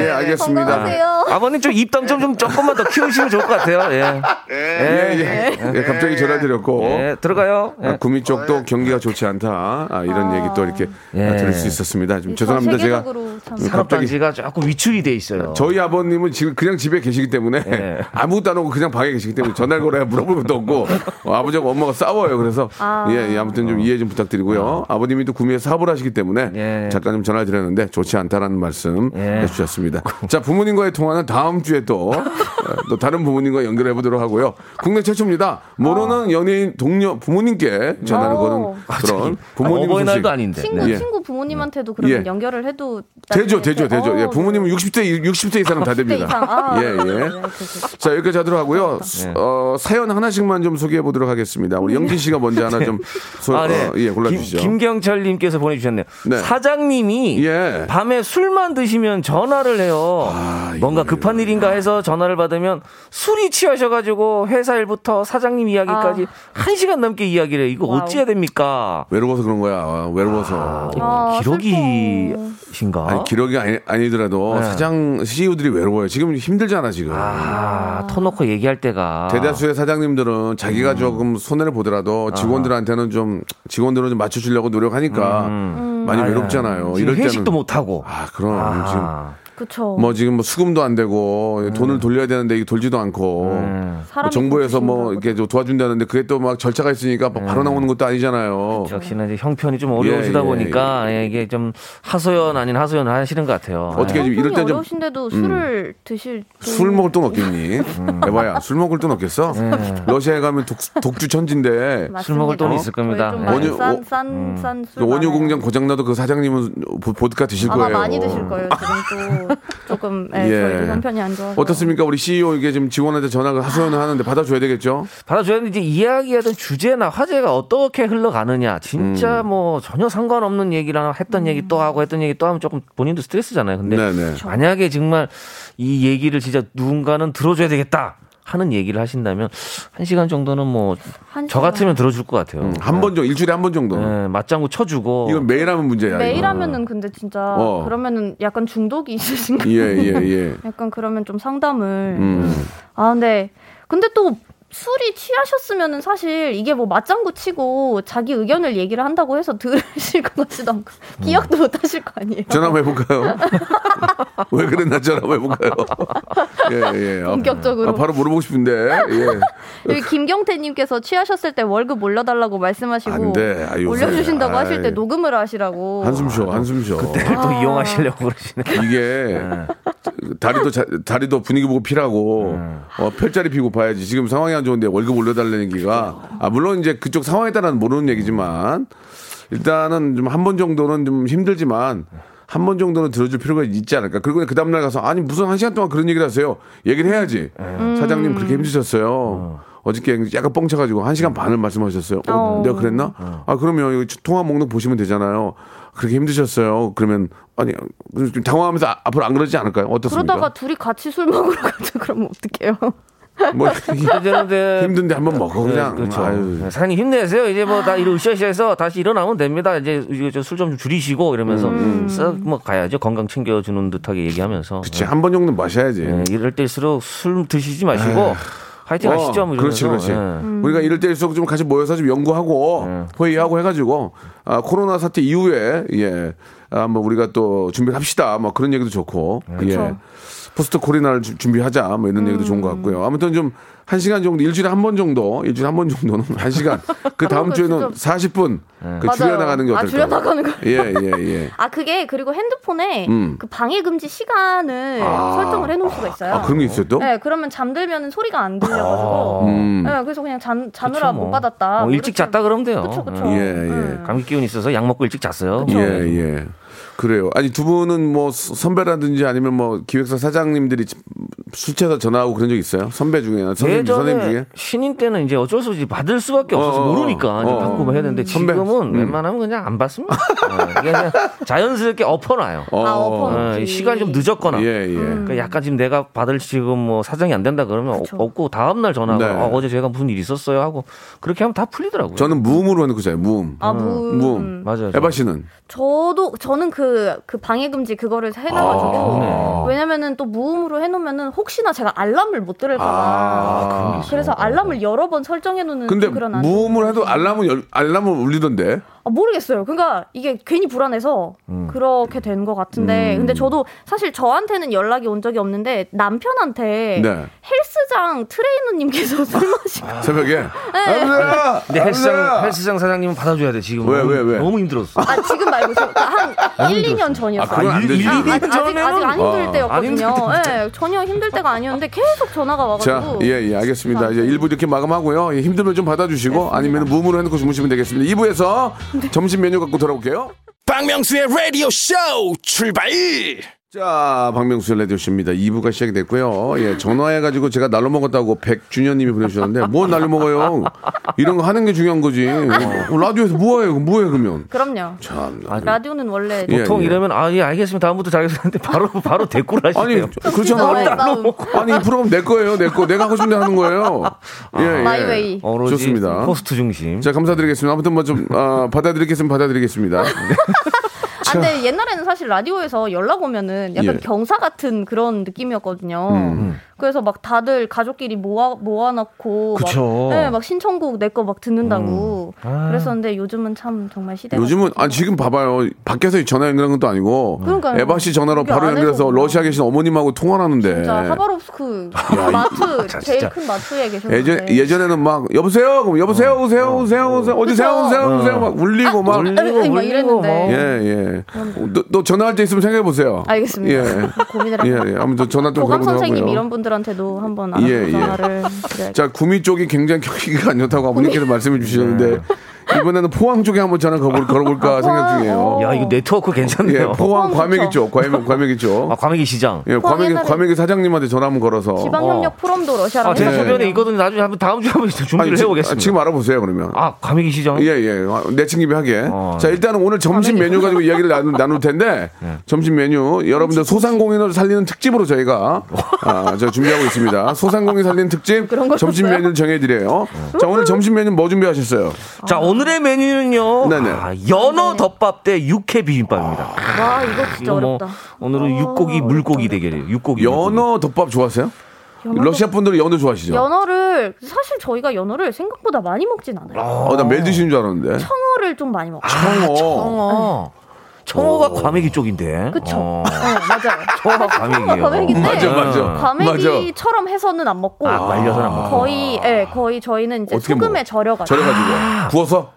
A: 예, 알겠습니다.
H: 건강하세요.
I: 아버님 좀 입담 좀, 좀 조금만 더 키우시면 좋을 것 같아요. 예.
C: 네.
A: 예, 예.
I: 네.
A: 예, 갑자기 전화 드렸고.
I: 예, 들어가요. 예.
A: 아, 구미 쪽도 경기가 좋지 않다. 아, 이런 얘기 또 이렇게
I: 예.
A: 아, 들을 수 있었습니다. 좀 죄송합니다. 제가
H: 세계적으로 참.
I: 산업단지가 조금 위축이 돼 있어요.
A: 저희 아버님은 지금 그냥 집에 계시기 때문에
I: 예.
A: 아무것도 안 하고 그냥 방에 계시기 때문에 전화를 걸어야 물어볼 것도 없고 어, 아버지하고 엄마가 싸워요. 그래서
H: 아.
A: 예, 예, 아무튼 좀 이해 좀 부탁드리고요. 아버님이 또 구미에서 사업을 하시기 때문에
I: 예.
A: 잠깐 좀 전화 드렸는데 좋지 않다라는 말씀
I: 예.
A: 해주셨습니다. 자 부모님과의 통화는 다음 주에 또 어, 또 다른 부모님과 연결해 보도록 하고요. 국내 최초입니다. 모르는 연예인 동료 부모님께 전화를
H: 아. 오.
A: 거는 그런 부모님
I: 아, 어버이날도
A: 소식.
I: 아닌데.
H: 친구
A: 예.
H: 친구 부모님한테도 그러면
A: 예.
H: 연결을 해도
A: 되죠,
H: 나중에
A: 되죠, 되죠.
H: 어,
A: 예, 부모님은 60대, 60대 이상은 다
H: 60대
A: 됩니다.
H: 이상. 아,
A: 예, 예.
H: 네, 그렇죠.
A: 자 여기까지 하도록 하고요. 수-
I: 네.
A: 어, 사연 하나씩만 좀 소개해 보도록 하겠습니다. 우리
H: 네.
A: 영진 씨가 먼저 하나 좀 소,
I: 아, 네.
A: 어, 예, 골라주시죠.
I: 김, 경철님께서 보내주셨네요.
A: 네.
I: 사장님이
A: 예.
I: 밤에 술만 드시면 전화를 해요.
A: 아,
I: 뭔가 급한 일인가 해서 전화를 받으면 술이 취하셔가지고 회사 일부터 사장님 이야기까지 한 시간 넘게 이야기를 해요. 이거
H: 아. 와우.
I: 어찌해야 됩니까? 어,
A: 외로워서 그런 거야. 아, 외로워서.
H: 아,
I: 기러기신가?
A: 아니, 기록이 아니, 더라도
I: 어? 네.
A: 사장 CEO들이 외로워요. 지금 힘들잖아 지금.
I: 아, 터놓고 얘기할 때가.
A: 대다수의 사장님들은 자기가
I: 음.
A: 조금 손해를 보더라도
I: 아.
A: 직원들한테는 좀 직원들은 좀 맞춰주려고 노력하니까 많이
I: 아, 예.
A: 외롭잖아요.
I: 지금
A: 이럴 때는
I: 회식도 못하고.
A: 아 그럼 지금
I: 아,
H: 그쵸.
A: 뭐 지금 뭐 수금도 안 되고 돈을 돌려야 되는데 이게 돌지도 않고 뭐
H: 네. 사람이
A: 정부에서 뭐
H: 도와주신다고.
A: 이렇게 좀 도와준다는데 그게 또 막 절차가 있으니까
H: 네.
A: 막 바로 나오는 것도 아니잖아요.
I: 역시나 이제 형편이 좀 어려우시다
A: 예, 예,
I: 보니까 예, 이게 좀 하소연 아닌 하소연 하시는 것 같아요.
A: 어떻게
I: 예.
A: 지금 이럴 땐
H: 형편이
A: 좀- 음.
H: 어려우신데도 술을 드실
A: 술 먹을 돈 없겠니?
H: 음.
A: 에바야, 술 먹을 돈 없겠어?
H: 네.
A: 러시아에 가면 독, 주 천지인데
I: 술 먹을
H: 어?
I: 돈이 있을 겁니다.
A: 원유- 오- 그
H: 싼싼싼술
A: 원유 공장 고장나도 그 사장님은 보- 보드카 드실
H: 아마
A: 거예요.
H: 많이 드실 거예요. 지금 또 조금 예,
A: 예.
H: 저희도 형편이 안 좋아서
A: 어떻습니까? 우리 CEO 이게 지금 직원한테 전화를 하소연을 하는데 받아줘야 되겠죠?
I: 받아줘야는 이제 이야기하던 주제나 화제가 어떻게 흘러가느냐 진짜
A: 음.
I: 뭐 전혀 상관없는 얘기랑 했던 얘기
H: 음.
I: 또 하고 했던 얘기 또 하면 조금 본인도 스트레스잖아요 근데
A: 네네.
H: 그렇죠.
I: 만약에 정말 이 얘기를 진짜 누군가는 들어줘야 되겠다 하는 얘기를 하신다면 한 시간 정도는 뭐 저
H: 한 시간.
I: 같으면 들어줄 것 같아요
A: 음, 한 번 정도, 일주일에 한 번 정도.
I: 예, 맞장구 쳐주고
A: 이건 매일 하면 문제야. 이거.
H: 네. 매일 하면은 근데 진짜
A: 어.
H: 그러면은 약간 중독이 있으신가?
A: 예, 예, 예.
H: 약간 그러면 좀 상담을
A: 음.
H: 아 근데 근데 또 술이 취하셨으면은 사실 이게 뭐 맞장구 치고 자기 의견을 얘기를 한다고 해서 들으실 것 같지도 않고
A: 음.
H: 기억도 못 하실 거 아니에요.
A: 전화 한번 해볼까요? 왜 그랬나 전화 한번 해볼까요? 예, 예. 아,
H: 본격적으로.
A: 아, 바로 물어보고 싶은데. 예.
H: 여기 김경태님께서 취하셨을 때 월급 올려달라고 말씀하시고
A: 안 돼. 아, 요새.
H: 올려주신다고 하실 때
A: 아이.
H: 녹음을 하시라고
A: 한숨 쉬어, 한숨 쉬어.
I: 또
H: 아.
I: 이용하시려고 그러시네
A: 이게 다리도 자- 다리도 분위기 보고 피라고 어, 펼자리 피고 봐야지 지금 상황이 안 좋은데 월급 올려달라는 얘기가 아 물론 이제 그쪽 상황에 따라는 모르는 얘기지만 일단은 좀 한 번 정도는 좀 힘들지만 한 번 정도는 들어줄 필요가 있지 않을까 그리고 그 다음날 가서 아니 무슨 한 시간 동안 그런 얘기를 하세요 얘기를 해야지 사장님 그렇게 힘드셨어요 어저께 약간 뻥쳐가지고 한 시간 반을 말씀하셨어요 어,
H: 어.
A: 내가 그랬나 아 그러면 여기 통화 목록 보시면 되잖아요 그렇게 힘드셨어요 그러면 아니 좀 당황하면서 아- 앞으로 안 그러지 않을까요 어떻습니까
H: 그러다가 둘이 같이 술 먹으러 가죠. 그러면 어떡해요?
A: 뭐
I: 그런데
A: 힘든데 한번 먹어 그냥
I: 네, 그렇죠.
A: 아유.
I: 네, 사장님 힘내세요. 이제 뭐 다 일을 으쌰으쌰해서 다시 일어나면 됩니다. 이제 술 좀 줄이시고 이러면서 쓱 뭐 가야죠. 건강 챙겨주는 듯하게 얘기하면서.
A: 음, 그치 한 번 정도 마셔야지
I: 네, 이럴 때일수록 술 드시지 마시고 화이팅
A: 어,
I: 하시죠. 뭐
A: 그렇지,
I: 이러면서.
A: 그렇지.
H: 음.
I: 네.
A: 우리가 이럴 때일수록 좀 같이 모여서 좀 연구하고
I: 예.
A: 회의하고 해가지고 아, 코로나 사태 이후에 예, 아, 뭐 우리가 또 준비를 합시다. 뭐
H: 그렇죠. 음.
A: 그런 얘기도 좋고, 예, 포스트 코로나를 주- 준비하자. 뭐 이런 얘기도 좋은 것 같고요. 아무튼 좀 한 시간 정도 일주일에 한 번 정도 일주일에 한 번 정도는 한 시간 그 다음
H: 그거
A: 주에는
H: 진짜-
A: 40분
I: 예.
A: 그
H: 맞아요.
A: 줄여 나가는 게
H: 아,
A: 어떨까요?
H: 줄여나가는 거.
A: 예예 예.
H: 아 그게 그리고 핸드폰에
A: 음.
H: 그 방해 금지 시간을
A: 아.
H: 설정을 해놓을 수가 있어요.
A: 아, 그런 게 있어요 또?
H: 네, 그러면 잠들면 소리가 안 들려가지고.
I: 음.
H: 네, 그래서 그냥 잠, 자느라
I: 뭐.
H: 못 받았다.
I: 어, 일찍 잤다 그러면 돼요. 네.
H: 그쵸, 그쵸. 음.
A: 예, 예.
I: 감기 기운 있어서 약 먹고 일찍 잤어요.
A: 예, 예. 그래요. 아니, 두 분은 뭐 스- 선배라든지 아니면 뭐 기획사 사장님들이 지- 술 취해서 전화하고 그런 적 있어요? 선배 중에, 선생님, 선생님
I: 예전에
A: 중에?
I: 신인 때는 이제 어쩔 수 없이 받을 수밖에 없어서
A: 어, 어,
I: 모르니까 이제
A: 어, 어.
I: 받고 해야 되는데
A: 선배. 음.
I: 지금은 웬만하면 그냥 안 받습니다. 어, 이게 그냥 자연스럽게 엎어놔요.
A: 어.
H: 아, 엎어놓기.
I: 어, 시간이 좀 늦었거나
A: 예, 예.
I: 그러니까 약간 지금 내가 받을 지금 뭐 사정이 안 된다 그러면
H: 그쵸.
I: 없고 다음 날 전화가
A: 네.
I: 아, 어제 제가 무슨 일 있었어요 하고 그렇게 하면 다 풀리더라고요.
A: 저는 무음으로 해놓고 자요, 무음.
H: 아, 무.
A: 무음.
I: 맞아요.
A: 에바 씨는?
H: 저도 저는 그, 그 방해 금지 그거를 해놔가지고 왜냐면은 또 무음으로 해놓으면은 혹시나 제가 알람을 못 들을까봐 그래서 알람을 여러 번 설정해놓는
A: 근데
H: 그런 안-
A: 무음을 해도 알람은, 열- 알람은 울리던데.
H: 아, 모르겠어요. 그러니까 이게 괜히 불안해서 그렇게 된 것 같은데 근데 저도 사실 저한테는 연락이 온 적이 없는데 남편한테
A: 네.
H: 헬스장 트레이너님께서 술 마시고
A: 새벽에. 아,
I: 근데 헬스장 헬스장 사장님은 받아줘야 돼 지금.
A: 왜, 왜, 왜?
I: 너무 힘들었어.
H: 아 지금 말고 저- 그러니까 한 1, 2년 전이었어요.
A: 아, 그건 안
I: 일-
A: 되지.
I: 일-
A: 아,
I: 일이
H: 아직, 아직, 아직 안 힘들
A: 아,
H: 때였거든요. 예, 전혀 힘들 때가 아니었는데 계속 전화가
A: 자,
H: 와가지고.
A: 예, 예, 알겠습니다. 이제 1부 이렇게 마감하고요. 예, 힘들면 좀 받아주시고, 아니면 무음으로 해놓고 주무시면 되겠습니다. 2부에서 점심 메뉴 갖고 돌아올게요.
F: 박명수의 라디오 쇼 출발
A: 자, 박명수 라디오십니다. 2부가 시작이 됐고요. 예, 전화해가지고 제가 날로 먹었다고 백준현님이 보내주셨는데, 뭐 날로 먹어요? 이런 거 하는 게 중요한 거지. 어, 라디오에서 뭐해요? 뭐해 그러면?
H: 그럼요.
A: 참.
H: 라디오는 원래
A: 예,
I: 아, 보통
A: 예.
I: 이러면 아 예 알겠습니다 다음부터 잘겠는데 바로 바로 대꾸를
A: 아니,
I: 하시네요.
H: 정치자와의
A: 그렇잖아.
H: 싸움.
A: 아니, 이 프로그램 내 거예요, 내 거. 내가 하고 싶은데 하는 거예요. 예, 예.
H: 마이웨이.
I: 아. 오로지
A: 좋습니다.
I: 코스트 중심.
A: 자, 감사드리겠습니다. 아무튼 뭐 좀, 아, 받아들이겠으면 받아들이겠습니다.
H: 아, 근데 옛날에는 사실 라디오에서 연락 오면은 약간
A: 예. 음,
H: 경사 같은 그런 느낌이었거든요. 그래서 막 다들 가족끼리 모아 모아놓고
I: 그쵸.
H: 막, 네, 막 신청곡 내 거 막 듣는다고 그랬었는데 요즘은 참 정말 시대가
A: 음. 아. 요즘은, 아, 지금 봐봐요. 밖에서 전화 연결한 것도 아니고,
H: 그러니까요.
A: 에바 씨 전화로
H: 이게
A: 바로
H: 안에서
A: 연결해서
H: 그런가?
A: 러시아 계신 어머님하고 통화를 하는데.
H: 진짜 하바롭스크 마트 제일 큰 마트에 계셨는데
A: 아,
H: 아,
A: 예전 예전에는 막 여보세요 그럼 여보세요 오세요 오세요 오세요 어디세요
H: 그쵸?
A: 오세요 오세요 막 울리고 막
H: 아, 아니, 아니, 막 이랬는데.
A: 예예 너, 너 전화할 때 있으면 생각해 보세요
H: 알겠습니다.
A: 예.
H: 고민을
A: 예,
H: 해볼게요.
A: 예. 아무튼 전화 좀
H: 교감
A: 걸어보도록
H: 선생님
A: 하고요.
H: 이런 분들한테도 한번
A: 예,
H: 알아서
A: 예.
H: 전화를 네. 드려야겠어요.
A: 자 구미 쪽이 굉장히 경기가 안 좋다고 아버님께서 말씀해 주시는데 이번에는 포항 쪽에 한번 전화 걸어볼, 걸어볼까 생각
H: 포항,
A: 중이에요
H: 어.
I: 야 이거 네트워크
A: 예
I: 괜찮네요.
A: 포항
H: 포항
A: 과메기 쪽
H: 좋죠.
A: 과메기 과메기
I: 아
A: 쪽
I: 과메기 시장.
A: 예,
H: 포항
A: 과메기
H: 옛날에-
A: 과메기 사장님한테 전화 한번 걸어서
H: 지방협력
I: 어.
H: 포럼도 러시아랑
I: 아 제가
A: 예.
I: 소변에 있거든요. 나중에 한번 다음 주에 한번
A: 아니,
I: 준비를
A: 지-
I: 해보겠습니다.
A: 지금 알아보세요 그러면
I: 아 과메기 시장.
A: 예, 예. 아, 내 친김에 하게.
I: 어.
A: 자, 일단은 오늘 점심 메뉴 가지고 이야기를 나누, 나눌 텐데,
I: 네.
A: 점심 메뉴, 여러분들 소상공인을 살리는 특집으로 저희가, 아, 저 준비하고 있습니다. 소상공인 살리는 특집,
H: 그런 걸
A: 점심
H: 썼어요? 음.
A: 메뉴를 정해드려요. 자, 오늘 점심 메뉴 뭐 준비하셨어요?
H: 아.
I: 자 오늘의 메뉴는요.
A: 네네.
I: 아, 연어 덮밥 대 육회 비빔밥입니다. 아,
H: 와 이거 아, 진짜
I: 이거 뭐
H: 어렵다. 아,
I: 오늘은 육고기 물고기 대결이에요. 육고기. 물고기.
A: 연어 덮밥 좋아하세요? 러시아 분들은 연어 좋아하시죠?
H: 연어를 사실 저희가 연어를 생각보다 많이 먹진 않아요.
A: 어, 나 멜 드시는 줄 알았는데.
H: 청어를 좀 많이 먹어요.
A: 청어.
I: 청어. 청어가 과메기 쪽인데.
H: 아. 그쵸.
I: 어.
H: 어, 맞아요.
I: 청어가 과메기예요.
H: 과메기인데.
A: 맞아, 맞아.
I: 어.
H: 과메기처럼 해서는 안 먹고
I: 아, 말려서는 안 먹고.
H: 거의 예 거의 저희는 이제
A: 어떻게
H: 소금에
A: 먹어?
H: 절여가지고 아.
A: 저래가지고. 구워서?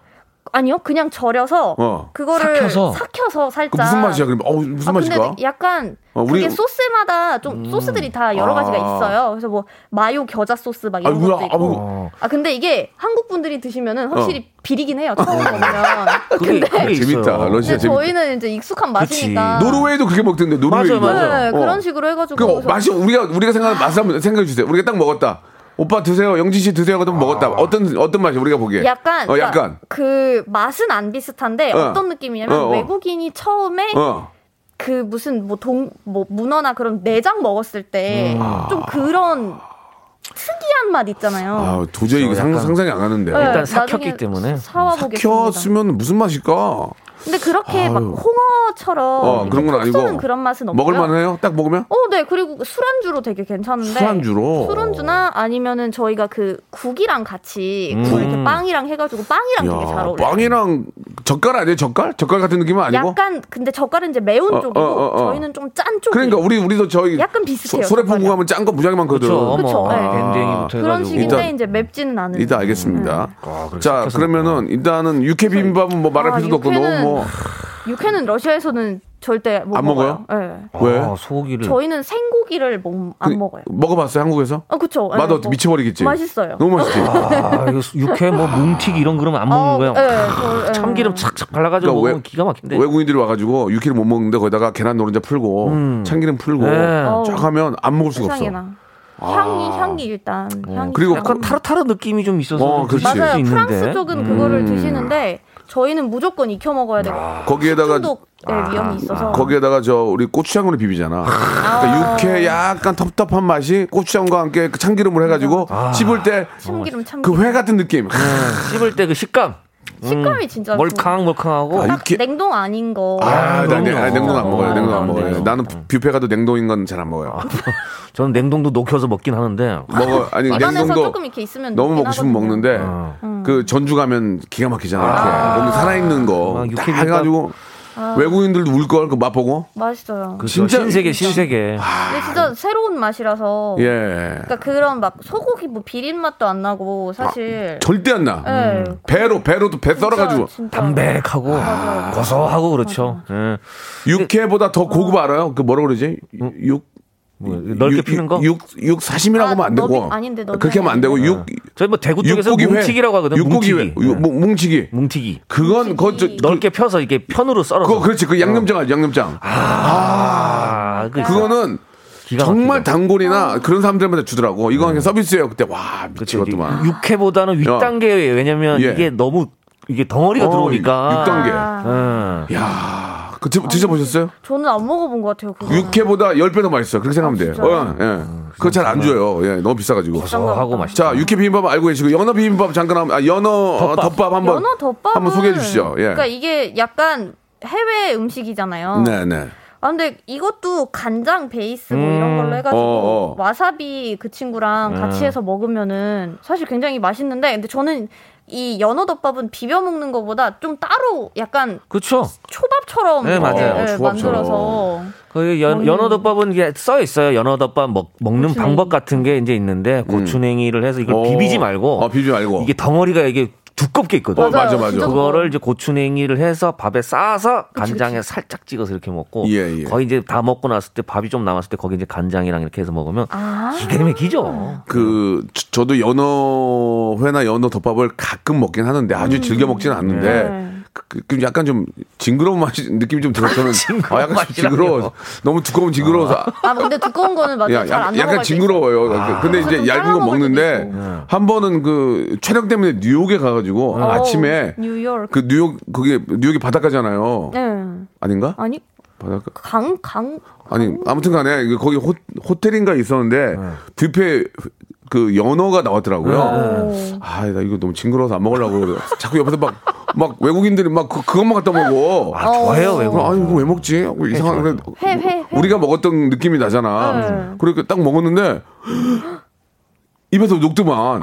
H: 아니요 그냥 절여서
A: 어.
H: 그거를
I: 삭혀서?
H: 삭혀서, 살짝
A: 그 무슨 맛이야, 그럼? 어, 무슨
H: 아,
A: 맛일까?
H: 근데 약간
A: 어, 우리- 음.
H: 그게 소스마다 좀 소스들이 다 여러 가지가
A: 아. 있어요.
H: 있어요. 그래서 뭐 마요 겨자 소스 막 이런
A: 아이고야, 뭐
H: 것도 있고.
A: 아이고.
I: 어.
H: 아 근데 이게 한국 분들이 드시면은 확실히
A: 어.
H: 비리긴 해요. 처음 먹으면.
I: 그게, 그게
A: 재밌다. 러시아
I: 있어요.
H: 근데
A: 재밌다.
H: 저희는 이제 익숙한 맛이니까.
A: 노르웨이도 그게 먹던데, 노르웨이도.
I: 맞아, 맞아.
H: 네,
A: 어.
H: 그런 식으로 해가지고.
A: 그
H: 그래서
A: 맛이 우리가 우리가 생각하는 맛을 한번 생각해 주세요. 우리가 딱 먹었다. 오빠 드세요. 영진 씨 드세요. 그럼
I: 아.
A: 먹었다. 어떤 어떤 맛이 우리가 보기에?
H: 약간,
A: 어
H: 그러니까
A: 약간.
H: 그 맛은 안 비슷한데
A: 어.
H: 어. 떤 느낌이냐면
A: 어, 어.
H: 외국인이 처음에
A: 어.
H: 그 무슨 뭐 동 뭐 문어나 그런 내장 먹었을 때
A: 음.
H: 좀 그런 특이한 맛 있잖아요.
A: 아 도저히 이게 상,
I: 약간-
A: 상상이 안 가는데.
H: 네,
I: 일단
H: 나중에
I: 삭혔기 때문에.
H: 사와보겠습니다.
A: 켰으면 무슨 맛일까?
H: 근데 그렇게 막
A: 아유.
H: 홍어처럼
A: 어, 그런 건 아니고.
H: 는 그런 맛은 없고요.
A: 먹을만해요? 딱 먹으면?
H: 어, 네. 그리고 술안주로 되게 괜찮은데.
A: 술안주로?
H: 술안주나 아니면은 저희가 그 국이랑 같이 그걸 이렇게 빵이랑 뭐 해가지고 빵이랑 되게 잘
A: 음. 야,
H: 어울려. 요
A: 빵이랑 젓갈 아니에요? 젓갈? 젓갈 같은 느낌은 아니고?
H: 약간 근데 젓갈은 이제 매운
A: 어,
H: 쪽이고
A: 어, 어, 어.
H: 저희는 좀 짠 쪽이.
A: 그러니까 우리 우리도 저희
H: 약간 비슷해요,
A: 소래포구 하면 짠 거 무지하게 많거든.
I: 그쵸, 어머.
H: 그쵸, 네.
I: 밴댕이부터
H: 그런 식인데
A: 일단
H: 이제 맵지는 않은.
A: 일단
H: 음.
A: 알겠습니다.
I: 그렇게
A: 자
I: 시켜서
A: 그러면은 일단은 육회 비빔밥은 뭐 말할
H: 아,
A: 필요도 없고
H: 육회는
A: 너무
H: 음. 육회는 러시아에서는 절대 못
A: 안 먹어요?
H: 네.
A: 뭐 왜? 그
I: 아, 소고기를
H: 저희는 생고기를 못- 안 먹어요.
A: 먹어봤어요 한국에서?
H: 어, 그쵸. 예,
A: 맛 어때?
H: 뭐.
A: 미쳐버리겠지.
H: 맛있어요.
A: 너무 맛있지.
I: 아, 이거 육회 뭐 뭉튀 이런 그러면 안 먹는
H: 어,
I: 거예요.
H: 예, 저, 예.
I: 참기름 착착 발라가지고
A: 그러니까
I: 먹으면
A: 외-
I: 기가 막힌데.
A: 외국인들이 와가지고 육회를 못 먹는데 거기다가 계란 노른자 풀고 참기름 풀고
I: 네.
A: 쫙
H: 어우.
A: 하면 안 먹을 수가 없어.
H: 세상에나. 향이 향이 일단 향이
A: 아. 그리고
H: 있어요.
I: 약간 타르타르 느낌이 좀 있어서
A: 어,
I: 드실
A: 그렇지.
I: 수
H: 맞아요.
I: 있는데.
H: 프랑스 쪽은
A: 음.
H: 그거를 드시는데 저희는 무조건 익혀 먹어야 되고
A: 아.
H: 아,
A: 거기에다가
H: 중독의 위험이 있어서
A: 아. 거기에다가 저 우리 고추장으로 비비잖아. 그러니까 육회 약간 텁텁한 맛이 고추장과 함께 그 참기름을 해가지고
I: 아.
A: 씹을 때 그 회
H: 참기름 참기름
A: 같은 느낌.
I: 씹을 때 그 식감
H: 식감이 진짜
I: 멀캉멀캉하고
A: 아,
H: 딱
A: 육회-
H: 냉동 아닌 거
A: 아, 나 냉- 아,
I: 그럼요.
A: 냉동 안 먹어요. 냉동 안
I: 아,
A: 먹어요.
I: 네. 아.
A: 나는 뷔페 가도 냉동인 건 잘 안 먹어요.
I: 저는 냉동도 녹여서 먹긴 하는데
A: 먹어 아니
H: 입안에서
A: 냉동도
H: 조금 이렇게 있으면
A: 너무
H: 녹긴
A: 먹고 싶으면
H: 하거든요.
A: 먹는데 그 전주 가면 기가 막히잖아. 이렇게 너무 살아있는
I: 아,
A: 거.
I: 육회
A: 다
I: 비빔밥.
A: 해가지고
H: 아.
A: 외국인들도 울 걸 그 맛보고.
H: 맛있어요.
I: 그죠?
A: 진짜-
I: 신세계 신세계
H: 근데 진짜 새로운 맛이라서
A: 아. 예.
H: 그러니까 그런 막 소고기 뭐 비린 맛도 안 나고 사실
A: 절대 안 나.
H: 예.
I: 음.
A: 배로 배로도 배
H: 진짜,
A: 아, 썰어가지고
H: 진짜.
I: 담백하고 고소하고 그렇죠. 예.
A: 육회보다 더 고급 알아요? 그 뭐라 그러지? 육
I: 뭐, 음. 넓게
A: 육-
I: 피는 거.
A: 육, 육 사시미라고
H: 아,
A: 하면 안 되고.
H: 너비- 아닌데, 너비
A: 그렇게 하면 안 되고 육
I: 저희 뭐 대구 쪽에서
A: 육고기
I: 뭉튀기라고 하거든. 요
A: 육고기 회.
I: 뭉튀기. 예.
A: 유- 뭉- 뭉치기.
I: 뭉튀기.
A: 그건 그거 저-
I: 넓게 펴서 이렇게 편으로 썰어서.
A: 그거 그렇지. 그 양념장 알지? 양념장.
I: 아, 그
A: 그거는
I: 기가 막히죠. 아. 네.
A: 정말 단골이나 그런 사람들한테 주더라고. 이거 그냥 서비스예요. 그때 와
I: 그렇죠.
A: 미치겠더만.
I: 육회보다는
A: 야.
I: 윗단계예요. 왜냐면
A: 예.
I: 이게 너무 이게 덩어리가
A: 어,
I: 들어오니까.
A: 육 단계.
H: 아,
I: 예.
A: 야, 그 드- 드셔보셨어요?
H: 저는 안 먹어본 것 같아요. 그거.
A: 육회보다 10배 더 맛있어요. 그렇게 생각하면 돼요.
I: 아,
A: 어, 예. 그거 잘 안 줘요. 예, 너무 비싸가지고.
I: 어, 고소하고 맛있죠.
A: 자, 육회 비빔밥 알고 계시고, 연어 비빔밥 잠깐 한번, 아, 연어 덮밥, 한번.
H: 연어 덮밥은
A: 한번 소개해 주시죠. 예.
H: 그러니까 이게 약간 해외 음식이잖아요.
A: 네, 네.
H: 아 근데 이것도 간장 베이스 뭐 이런 걸로 해가지고
A: 어, 음. 어.
H: 와사비 그 친구랑 같이 해서 먹으면은 사실 굉장히 맛있는데 근데 저는 이 연어덮밥은 비벼 먹는 것보다 좀 따로 약간
I: 그렇죠.
H: 초밥처럼
I: 네,
H: 이렇게,
I: 맞아요.
H: 예,
A: 초밥처럼.
H: 만들어서
I: 그 연, 연어덮밥은 이게 써 있어요. 연어덮밥 먹, 먹는
H: 고추냉이.
I: 방법 같은 게 이제 있는데 고추냉이를 해서 이걸
A: 음. 어.
I: 비비지 말고
A: 어, 비비지 말고.
I: 이게 덩어리가 이게 두껍게 있거든.
A: 어, 맞아,
H: 맞아요.
A: 맞아.
H: 진짜
I: 그거를 이제 고추냉이를 해서 밥에 싸서 간장에 살짝 찍어서 이렇게 먹고
A: 예, 예.
I: 거의 이제 다 먹고 났을 때 밥이 좀 남았을 때 거기 이제 간장이랑 이렇게 해서 먹으면
H: 아.
I: 기가 막히죠.
A: 그, 저- 저도 연어회나 연어 덮밥을 가끔 먹긴 하는데, 아주 즐겨 먹지는 않는데, 그, 그 약간 좀 징그러운 맛이, 느낌이 좀 들어서 저는.
I: 징그러운
A: 아, 약간 좀
I: 맛이라뇨.
A: 징그러워. 너무 두꺼운 징그러워서. 아,
H: 아 근데 두꺼운 거는 맞아요.
A: 야,
H: 잘
A: 약-
H: 안 넘어갈
A: 약간
H: 때
A: 징그러워요. 근데
H: 그래서
A: 이제
H: 좀
A: 얇은 거
H: 잘라 먹을 때도
A: 먹는데 한 번은 그 촬영 때문에 뉴욕에 가가지고
H: 있어요.
A: 아침에
H: 어, 뉴욕
A: 그 뉴욕 그게 뉴욕이 바닷가잖아요.
H: 네.
A: 아닌가?
H: 아니
A: 바닷가.
H: 강 강
A: 아니 아무튼간에 이거 거기 호, 호텔인가 있었는데
I: 네.
A: 뷔페 그 연어가 나왔더라고요.
I: 네.
A: 아, 나 이거 너무 징그러워서 안 먹으려고 그래요. 자꾸 옆에서 막 막 외국인들이 막 그, 그것만 갖다 먹어.
I: 아, 좋아요, 네,
A: 그럼
I: 외국.
A: 아니 이거 왜 먹지? 하고 이상한 그래.
H: 회, 회, 네. 회.
A: 우리가 먹었던 느낌이 나잖아. 그렇게 딱 먹었는데 입에서 녹더만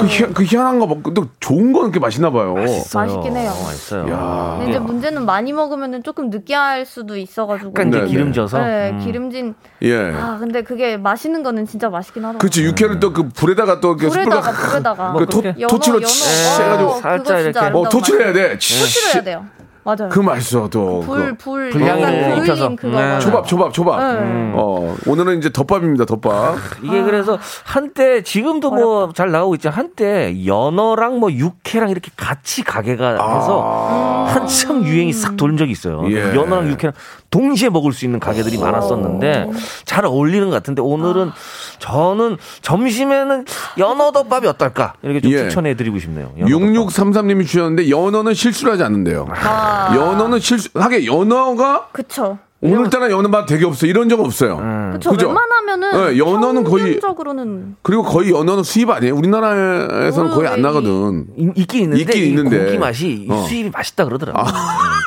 A: 그, 희, 그 희한한 거 먹고 또 좋은 건 그렇게 맛있나 봐요.
H: 맛있긴 해요.
I: 맛있어요.
A: 야.
H: 근데 이제 문제는 많이 먹으면은 조금 느끼할 수도 있어가지고
I: 약간 이제
A: 네, 네.
I: 기름져서
H: 네,
I: 음.
H: 기름진
A: 예.
H: 아 근데 그게 맛있는 거는 진짜 맛있긴 하더라고요.
A: 그렇지
I: 음.
A: 육회를 또 그 불에다가 또 이렇게
H: 불에다가
A: 숯불
H: 불에다가
A: 그 토,
I: 그렇게.
A: 토치로
H: 연어,
A: 치
H: 연어.
A: 해가지고
H: 어,
I: 살짝
H: 그거 진짜
I: 이렇게.
H: 아름다운
A: 어 토치를 해야
H: 맛이에요.
A: 돼. 치-
H: 토치를 해야 돼요. 맞아요.
A: 그 맛있어 또.
H: 불,
A: 그거.
H: 불,
I: 불향을
H: 약간
I: 입혀서.
H: 그을린 그거.
I: 네.
A: 초밥 초밥 초밥. 어 오늘은 이제 덮밥입니다 덮밥.
I: 이게 그래서 한때 지금도 뭐 잘 나오고 있지만 한때 연어랑 뭐 육회랑 이렇게 같이 가게가 해서 한참 유행이 싹 돌린 적이 있어요.
A: 아. 예.
I: 그래서 연어랑 육회랑 동시에 먹을 수 있는 가게들이 많았었는데 잘 어울리는 것 같은데 오늘은 저는 점심에는 연어덮밥이 어떨까 이렇게 좀
A: 예.
I: 추천해드리고 싶네요. 연어덮밥.
A: 6633님이 주셨는데 연어는 실수를 하지 않는데요.
H: 아,
A: 연어는 실수 하게 연어가
H: 그쵸.
A: 오늘따라 연어 맛 되게 없어 이런 적 없어요.
I: 음.
A: 음.
H: 그쵸.
A: 그죠?
H: 웬만하면은
A: 네, 연어는 거의-
H: 평균적으로는
A: 그리고 거의 연어는 수입 아니에요. 우리나라에서는 거의 안
H: 모르겠네.
A: 나거든.
I: 이- 있긴 있는데,
A: 있긴
I: 이
A: 있는데.
I: 고기 맛이 이
A: 어. 아.
I: 수입이 맛있다 그러더라고요. 음,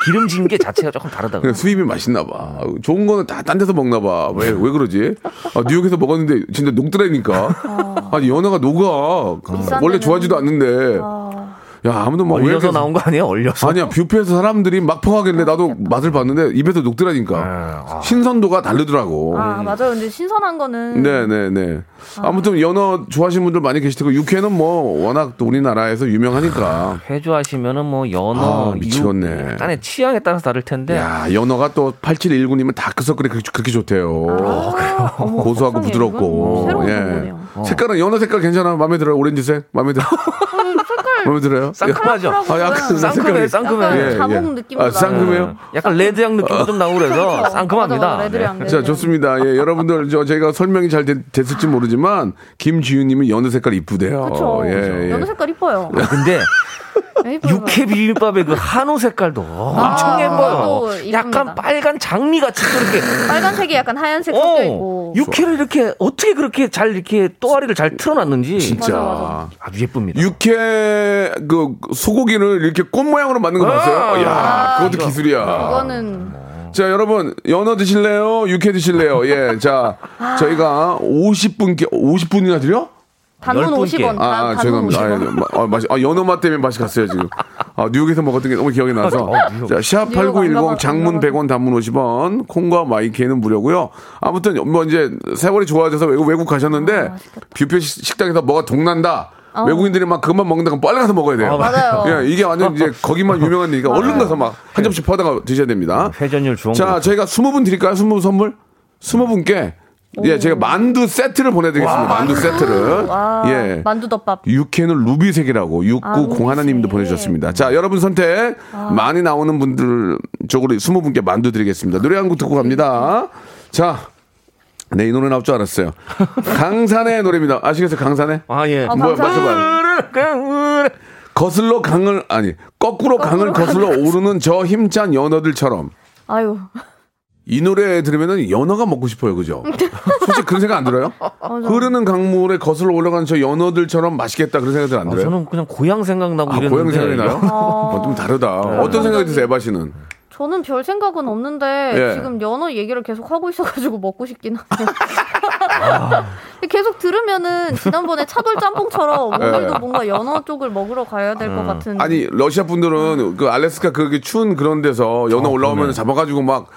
I: 기름진 게 자체가 조금 다르다고.
A: 그냥 수입이 맛있나 봐. 좋은 거는 다 딴 데서 먹나 봐. 왜, 왜 그러지? 아, 뉴욕에서 먹었는데 진짜 녹더라니까. 아니, 연어가 녹아.
H: 아. 비싼
A: 원래
H: 데는-
A: 좋아하지도 않는데. 야 아무도 막
I: 얼려서
A: 이렇게-
I: 나온 거 아니야? 얼려서.
A: 아니야 뷔페에서 사람들이 막 퍼가길래 나도 맛을 봤는데 입에서 녹더라니까 신선도가 다르더라고.
H: 아 맞아요. 근데 신선한 거는
A: 음. 네네네. 아무튼 연어 좋아하시는 분들 많이 계실 테고 육회는 뭐 워낙 또 우리나라에서 유명하니까.
I: 회 좋아하시면은 뭐 연어,
A: 아, 미치겠네.
I: 유, 약간의 취향에 따라서 다를 텐데.
A: 야 연어가 또 8719님은 다크서클이 그렇게, 그렇게 좋대요.
H: 아,
A: 고소하고
H: 세상에,
A: 부드럽고.
H: 이건 뭐 새로운
A: 예.
H: 정보네요.
A: 색깔은 연어 색깔 괜찮아? 마음에 들어요? 오렌지색? 마음에 들어? 마음에 들어요?
I: 쌍큼하죠?
A: 아, 약간
I: 쌍큼해,
A: 색깔이-
I: 쌍큼해.
A: 예, 예.
H: 자몽 느낌도
A: 아, 쌍큼해요?
I: 음, 약간 레드향 느낌도 좀 나고 그래서 쌍큼합니다.
H: 그렇죠. 맞아, 레드향.
I: 네.
A: 자, 좋습니다. 예, 여러분들, 저, 저희가 설명이 잘 됐, 됐을지 모르지만, 김지윤님은 연어 색깔 이쁘대요.
H: 그렇죠.
A: 예, 예.
H: 연어 색깔 이뻐요.
I: 아, 근데
H: 예, 이뻐요.
I: 육회 비빔밥의 그 한우 색깔도 엄청
H: 그것도
I: 예뻐요.
H: 아, 이쁩니다.
I: 약간 빨간 장미 같이 또 이렇게
H: 빨간색이 약간 하얀색 섞여
I: 어,
H: 있고.
I: 육회를 이렇게 어떻게 그렇게 잘 이렇게 또아리를 잘 틀어놨는지
A: 진짜.
H: 맞아, 맞아.
I: 아주 예쁩니다.
A: 육회, 그, 소고기를 이렇게 꽃 모양으로 만든 거 봤어요?
I: 아.
A: 야 그것도
H: 이거-
A: 기술이야.
H: 이거는
A: 자, 여러분, 연어 드실래요? 육회 드실래요? 예, 자, 저희가 50분께, 50분이나 드려?
H: 단돈
I: 분께.
H: 50원.
A: 아, 아, 죄송합니다. 아, 예, 마, 아, 맛이, 아, 연어 맛 때문에 맛이 갔어요, 지금. 아, 뉴욕에서 먹었던 게 너무 기억이 나서. 자,
H: 아, 뉴욕 안 가봐-
A: 샵8910 장문
H: 안
A: 100원 단문 50원, 콩과 마이키에는 무료고요 아무튼, 뭐, 이제, 세월이 좋아져서 외국, 외국
H: 아,
A: 가셨는데, 뷔페 식- 식당에서 뭐가 동난다.
H: 어.
A: 외국인들이 막 그것만 먹는다 그럼 빨리 가서 먹어야 돼요.
I: 아,
H: 맞아요. 아, 네.
A: 예, 이게 완전 이제 거기만 유명한 데니까 얼른 가서 막 한 접시 퍼다가 드셔야 됩니다.
I: 회전율 주홍.
A: 자, 저희가 20분 드릴까요? 20분 선물? 20분께 예, 제가 만두 세트를 보내드리겠습니다. 만두 세트를.
H: 와,
A: 예.
H: 만두덮밥.
A: 육회는 루비색이라고 아.
H: 아,
A: 6901님도
H: 루비색.
A: 보내주셨습니다. 자, 여러분 선택 많이 나오는 분들 쪽으로 20분께 만두 드리겠습니다. 노래 한 곡 듣고 갑니다. 자, 네, 이 노래 나올 줄 알았어요. 강산의 노래입니다. 아시겠어요? 강산의?
I: 아 예.
H: 어,
A: 뭐야,
H: 강산의.
A: 맞춰봐요. 거슬러 강을, 아니, 거꾸로 강을 거슬러 오르는 저 힘찬 연어들처럼.
H: 아유.
A: 이 노래 들으면은 연어가 먹고 싶어요, 그죠? 솔직히 그런 생각 안 들어요? 흐르는 강물에 거슬러 올라가는 저 연어들처럼 맛있겠다 그런 생각들 안
I: 아,
A: 들어요?
I: 저는 그냥 고향 생각나고
A: 아,
I: 이랬는데.
A: 고향 생각이 나요?
H: 아.
A: 어, 좀 다르다. 어떤 생각이 드세요, 에바 씨는?
H: 저는 별 생각은 없는데
A: 예.
H: 지금 연어 얘기를 계속 하고 있어가지고 먹고 싶긴 하네요.
A: 아.
H: 계속 들으면은 지난번에 차돌 짬뽕처럼 오늘도
A: 예. 음.
H: 뭔가 연어 쪽을 먹으러 가야 될 것 같은.
A: 아니, 러시아 분들은 그 알래스카 그게 추운 그런 데서 연어 올라오면 잡아가지고 막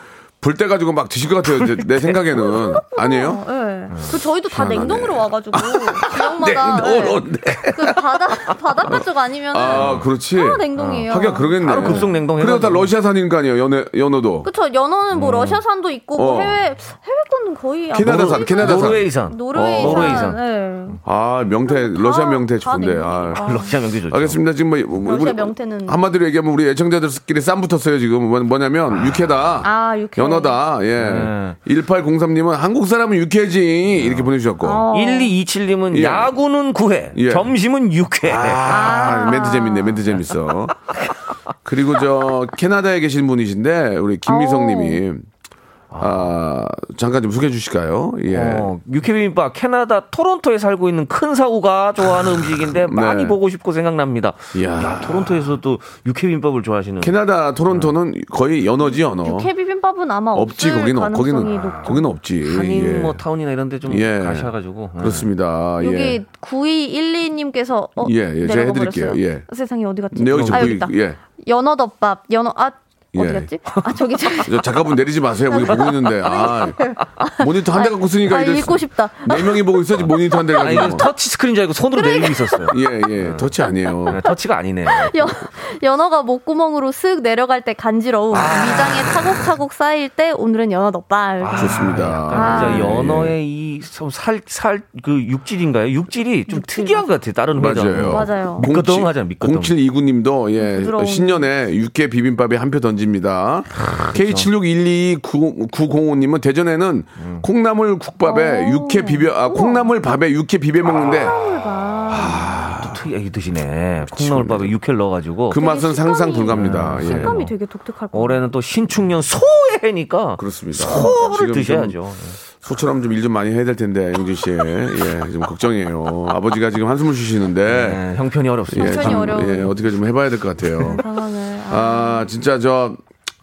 A: 불때 가지고 막 드실 것 같아요. 이제 내 생각에는 아니에요?
H: 어, 예. 그 저희도 다
A: 음. 희한하네.
H: 냉동으로 와가지고 지역마다
A: 냉동어인데.
H: 예. 그 바다 바닷가 쪽 아니면
A: 아, 그렇지. 아,
H: 다 냉동이에요.
A: 하기가 그러겠네.
I: 바로 급속 냉동
A: 그래도 다
I: 해가지고.
A: 러시아산인 거 아니에요, 연어, 연어도.
H: 그쵸 연어는 뭐 러시아산도 있고 뭐
A: 음. 어.
H: 해외 해외 거는 거의 안
A: 캐나다산,
H: 보이잖아요.
A: 캐나다산.
I: 노르웨이산.
H: 노르웨이산.
I: 어, 노르웨이산.
H: 예.
A: 아, 명태,
H: 다-
A: 러시아 명태
H: 다
A: 좋은데.
H: 냉동이니까.
A: 아.
I: 러시아 명기 좋죠.
A: 알겠습니다. 지금 뭐 뭐,
H: 러시아
A: 우리
H: 명태는-
A: 한마디로 얘기하면 우리 애청자들끼리 쌈 붙었어요. 지금 뭐- 뭐냐면 육회다.
H: 아, 육회.
A: 연어다. 예. 1803님은 한국 사람은 육회지 이렇게 보내주셨고.
H: 어.
I: 1227님은
A: 예.
I: 야구는 구회,
A: 예.
I: 점심은 육회.
A: 아, 멘트 재밌네. 멘트 재밌어. 그리고 저 캐나다에 계신 분이신데 우리
H: 오.
A: 김미성님이 아 잠깐 좀 소개해 주실까요? 예.
I: 어, 육회 비빔밥 캐나다 토론토에 살고 있는 큰 사우가 좋아하는
A: 네.
I: 음식인데 많이 보고 싶고 생각납니다.
A: 이야.
I: 야, 토론토에서도 육회 비빔밥을 좋아하시는.
A: 아. 캐나다
I: 네.
A: 토론토는 거의 연어지 연어.
H: 육회 비빔밥은 아마
A: 없지
H: 그 없을
A: 거기는 없-
H: 가능성이
A: 거기는
H: 높고.
A: 거기는 없지.
I: 한인
A: 예.
I: 뭐 타운이나 이런 데 좀
A: 예.
I: 가셔가지고. 예.
A: 그렇습니다. 예.
H: 여기 9212님께서 어,
A: 예, 예, 제가
H: 내려가
A: 해드릴게요.
H: 버렸어요.
A: 예.
H: 세상에 어디 갔지?
A: 네, 여기 지금
H: 아
A: 보이-
H: 여기 있다.
A: 예.
H: 연어덮밥 연어 아
A: 예.
H: 어디 갔지? 아 저기 저기.
A: 저 작가분 내리지 마세요. 우리 보고 있는데. 아, 모니터 한 대 갖고 쓰니까
H: 아
A: 그러니까 이럴
H: 읽고
A: 수-
H: 싶다.
A: 네 명이 보고 있어야지 모니터 한 대
I: 아, 이건
A: 갖고.
I: 터치 스크린 줄 알고 손으로 내리고 있었어요.
A: 예, 예. 터치 아니에요.
I: 네, 터치가 아니네.
H: 연, 연어가 목구멍으로 쓱 내려갈 때
A: 아.
H: 간지러움, 위장에 차곡차곡 쌓일 때 오늘은 연어덮밥. 이렇게.
A: 아, 좋습니다.
I: 아, 진짜
A: 예,
I: 연어의 이살살그 육질인가요? 육질이 좀 특이한 것 같아요. 다른
A: 예. 맞아요.
I: 회전.
H: 맞아요.
I: 미끄덩하잖아, 미끄덩.
A: 0729님도 예
H: 부드러운.
A: 신년에 육회 비빔밥에 한 표 던집니다.
I: 아, 그렇죠.
A: K76122905님은 대전에는
I: 음.
A: 콩나물 국밥에 육회 비벼 아 콩나물 밥에 육회 비벼 먹는데
H: 아,
I: 특이하게 드시네. 콩나물밥에 육회를 넣어가지고.
A: 그 맛은
H: 식감이-
A: 상상
I: 음,
A: 불가합니다. 예.
H: 식감이 되게 독특할
A: 어.
H: 것 같아요.
I: 올해는 또 신축년 소의 해니까
A: 그렇습니다. 지금
I: 소를
A: 좀
I: 드셔야죠.
A: 소처럼 좀 일 좀 많이 해야 될 텐데 영진 씨, 예, 좀 걱정이에요. 아버지가 지금 한숨을 쉬시는데,
I: 네, 형편이
A: 예,
I: 어렵습니다.
H: 형편이
A: 좀,
H: 어려운.
A: 예, 어떻게 좀 해봐야 될 것 같아요. 아, 진짜 저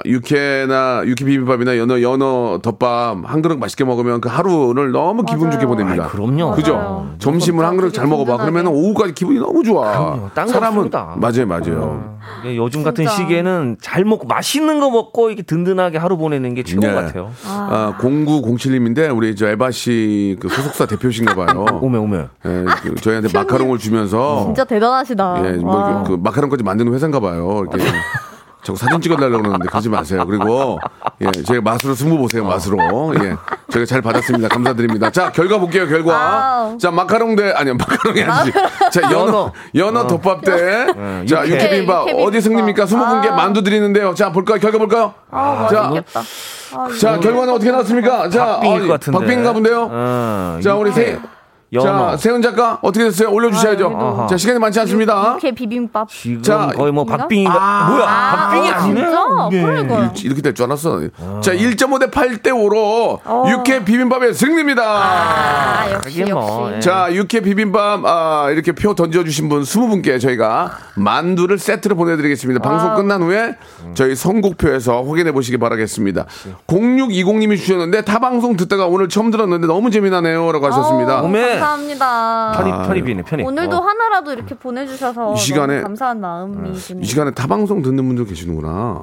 A: 육회나 육회 비빔밥이나 연어 연어 덮밥 한 그릇 맛있게 먹으면 그 하루를 너무 기분 좋게 보냅니다.
I: 그럼요.
A: 그죠? 점심을 한 그릇 잘 먹어봐. 그러면 오후까지 기분이 너무 좋아.
I: 딴거
A: 사람은
I: 없습니다.
A: 맞아요, 맞아요.
I: 예, 요즘 같은
H: 진짜.
I: 시기에는 잘 먹고 맛있는 거 먹고 이렇게 든든하게 하루 보내는 게 최고
A: 네.
I: 것 같아요.
A: 아, 0907님인데 우리 저 에바 씨그 소속사 대표신가 봐요.
I: 오메 오메.
A: 예, 그 저희한테 마카롱을 주면서
H: 진짜 대단하시다.
A: 아, 예, 뭐
H: 와.
A: 그 마카롱까지 만드는 회사인가 봐요. 이렇게
H: 아.
A: 저 사진 찍어달라고 그러는데 그러지 마세요. 그리고 예, 제가 맛으로 승부 보세요. 맛으로 예, 저희가 잘 받았습니다. 감사드립니다. 자 결과 볼게요. 결과
H: 아우.
A: 자 마카롱 대 아니요 마카롱이 아니지. 자 연어
I: 연어.
A: 연어 덮밥
I: 예,
A: 대자
I: 육회.
A: 육회비빔밥
H: 육회
A: 어디
H: 비빔밥.
A: 승리입니까? 20분께
H: 아.
A: 만두 드리는데요. 자 볼까요? 결과 볼까요?
H: 아,
A: 자,
H: 맛있겠다. 아,
A: 자
H: 이거.
A: 결과는 어떻게 나왔습니까? 자
I: 박빙일
A: 어,
I: 것 같은데.
A: 박빙인가 본데요.
I: 어,
A: 자 우리
I: 육회,
A: 세
I: 연어.
A: 자, 세은 작가 어떻게 됐어요? 올려주셔야죠.
I: 여기도.
A: 자 시간이 많지 않습니다.
H: 아, 육회 비빔밥.
I: 지금
A: 자,
I: 거의 뭐
H: 인가?
I: 박빙이가 뭐야?
H: 아,
I: 박빙이
H: 아,
I: 아니네.
H: 진짜? 그러니까요.
A: 일- 이렇게 될 줄 알았어. 자, 1.5 대 8 대 5로 육회 비빔밥의 승리입니다.
H: 어. 아, 역시
I: 그게
H: 역시.
I: 뭐, 예.
A: 자, 육회 비빔밥 아, 이렇게 표 던져주신 분 20분께 저희가 만두를 세트로 보내드리겠습니다.
H: 아.
A: 방송 끝난 후에 저희 선곡표에서 확인해 보시기 바라겠습니다. 0620님이 주셨는데 타 방송 듣다가 오늘 처음 들었는데 너무 재미나네요라고 하셨습니다.
H: 아우,
I: 몸에.
H: 감사합니다.
A: 아,
I: 편입 편입이네 편입.
H: 어, 오늘도
I: 어.
H: 하나라도 이렇게 보내주셔서
A: 이 시간에-
H: 너무 감사한 마음이 드네요.
A: 이 시간에 타 방송 듣는 분들 계시는구나.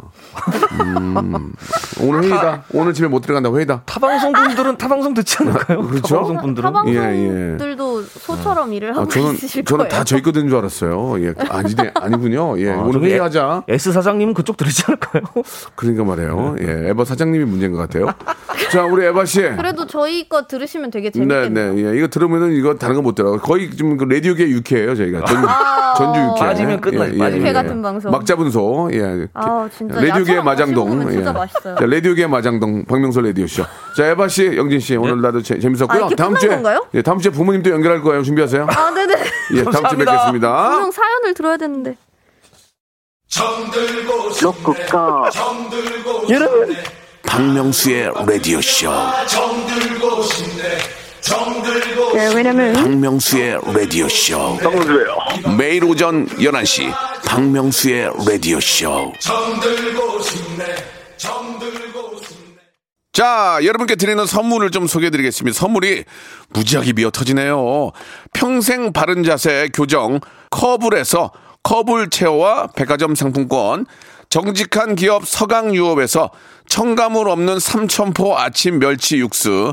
A: 음, 오늘 회의다. 오늘 집에 못 들어간다. 회의다.
I: 타방송 분들은 타방송 듣지 않을까요?
A: 아. 그렇죠.
I: 타방송 분들은 예,
H: 타방송들도 소처럼 일을 하고
A: 아, 저는
H: 있으실
A: 저는
H: 거예요.
A: 다 저희 거된 줄 알았어요. 예, 아니 아니군요. 예,
I: 아,
A: 오늘
I: 저기
A: 회의하자.
I: S 사장님은 그쪽 들지 않을까요?
A: 그러니까 말이에요. 예, 에바 사장님이 문제인 것 같아요. 자, 우리 에바 씨.
H: 그래도 저희 거 들으시면 되게
A: 네,
H: 재밌겠네요.
A: 네, 예, 이거 들으면은 이거 다른 거 못 들어. 거의 지금 그 라디오계 육회예요 저희가 전주, 네.
H: 아.
A: 전주 예, 육회.
I: 빠지면 끝나- 빠지면
H: 육회 같은 방송.
A: 막 잡은 소. 예.
H: 아우, 네. 진짜
A: 라디오계
H: 야채랑
A: 마장동.
H: 오징어
A: 예.
H: 진짜 맛있어요.
A: 자, 라디오계 마장동 박명수 라디오 쇼. 자, 에바 씨, 영진 씨,
I: 네.
A: 오늘 나도 재- 재밌었고요.
H: 아, 이렇게
A: 다음
H: 끝난
A: 주에
H: 건가요?
A: 예, 다음 주에 부모님도 연결할 거예요. 준비하세요.
H: 아, 네네.
A: 예, 다음 주에
I: 감사합니다.
A: 뵙겠습니다.
H: 분명 사연을 들어야 되는데.
D: 로쿠꺼
I: 여러분
A: 박명수의 라디오 쇼.
E: 네, 왜냐면
A: 박명수의 라디오 쇼.
C: 정들고요.
A: 매일 오전 11시 박명수의 라디오 쇼. 자, 여러분께 드리는 선물을 좀 소개해 드리겠습니다. 선물이 무지하게 미어 터지네요. 평생 바른 자세 교정 커블에서 커블 체어와 백화점 상품권, 정직한 기업 서강유업에서 청가물 없는 삼천포 아침 멸치 육수,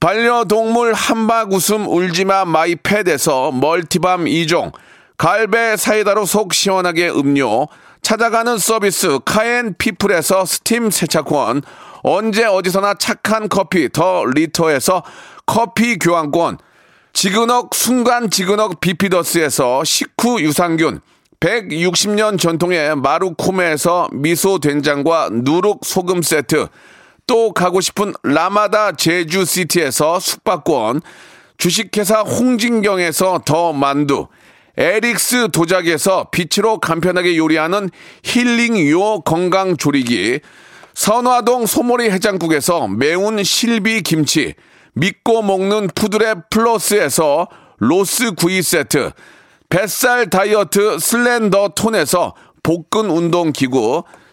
A: 반려동물 한박 웃음 울지마 마이패드에서 멀티밤 2종, 갈배 사이다로 속 시원하게 음료, 찾아가는 서비스 카엔 피플에서 스팀 세차권, 언제 어디서나 착한 커피 더 리터에서 커피 교환권, 지그넉 순간 지그넉 비피더스에서 식후 유산균, 160년 전통의 마루코메에서 미소 된장과 누룩 소금 세트, 또 가고 싶은 라마다 제주시티에서 숙박권, 주식회사 홍진경에서 더 만두, 에릭스 도자기에서 빛으로 간편하게 요리하는 힐링 요 건강 조리기, 선화동 소머리 해장국에서 매운 실비 김치, 믿고 먹는 푸드랩 플러스에서 로스 구이 세트, 뱃살 다이어트 슬렌더 톤에서 복근 운동 기구,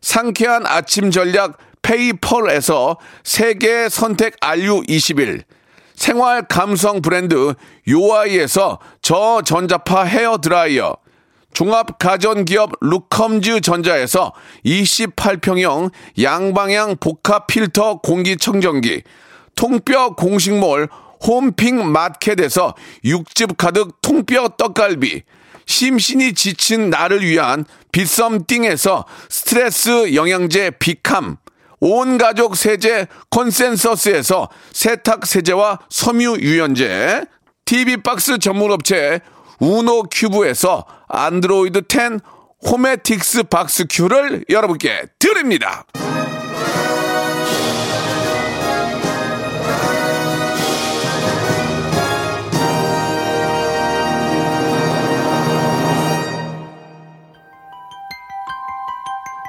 A: 상쾌한 아침 전략 페이펄에서 세계 선택 알류 21, 생활 감성 브랜드 요아이에서 저전자파 헤어 드라이어, 종합 가전기업 루컴즈 전자에서 28평형 양방향 복합 필터 공기청정기, 통뼈 공식몰 홈핑 마켓에서 육즙 가득 통뼈 떡갈비 심신이 지친 나를 위한 빗썸띵에서 스트레스 영양제 비캄 온 가족 세제 컨센서스에서 세탁 세제와 섬유 유연제, TV 박스 전문 업체 우노 큐브에서 안드로이드 10 호메틱스 박스 큐를 여러분께 드립니다.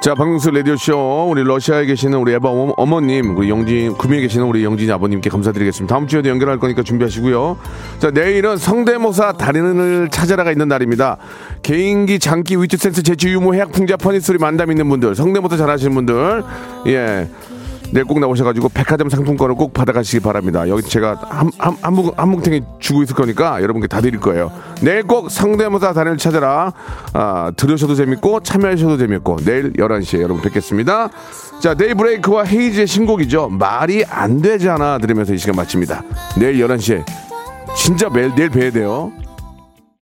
A: 자, 박명수 라디오쇼, 우리 러시아에 계시는 우리 에바 어머- 어머님, 우리 영진, 구미에 계시는 우리 영진 아버님께 감사드리겠습니다. 다음 주에도 연결할 거니까 준비하시고요. 자, 내일은 성대모사 달인을 찾아라가 있는 날입니다. 개인기, 장기, 위트센스, 재치, 유모, 해학, 풍자, 퍼니스토리, 만담 있는 분들, 성대모사 잘하시는 분들, 예. 내일 꼭 나오셔가지고 백화점 상품권을 꼭 받아가시기 바랍니다. 여기 제가 한, 한, 한, 뭉, 한 뭉탱이 주고 있을 거니까 여러분께 다 드릴 거예요. 내일 꼭 성대모사 단을 찾아라. 아, 들으셔도 재밌고 참여하셔도 재밌고 내일 11시에 여러분 뵙겠습니다. 자, 데이브레이크와 헤이즈의 신곡이죠. 말이 안 되잖아 들으면서 이 시간 마칩니다. 내일 11시에 진짜 매일 내일 뵈야 돼요.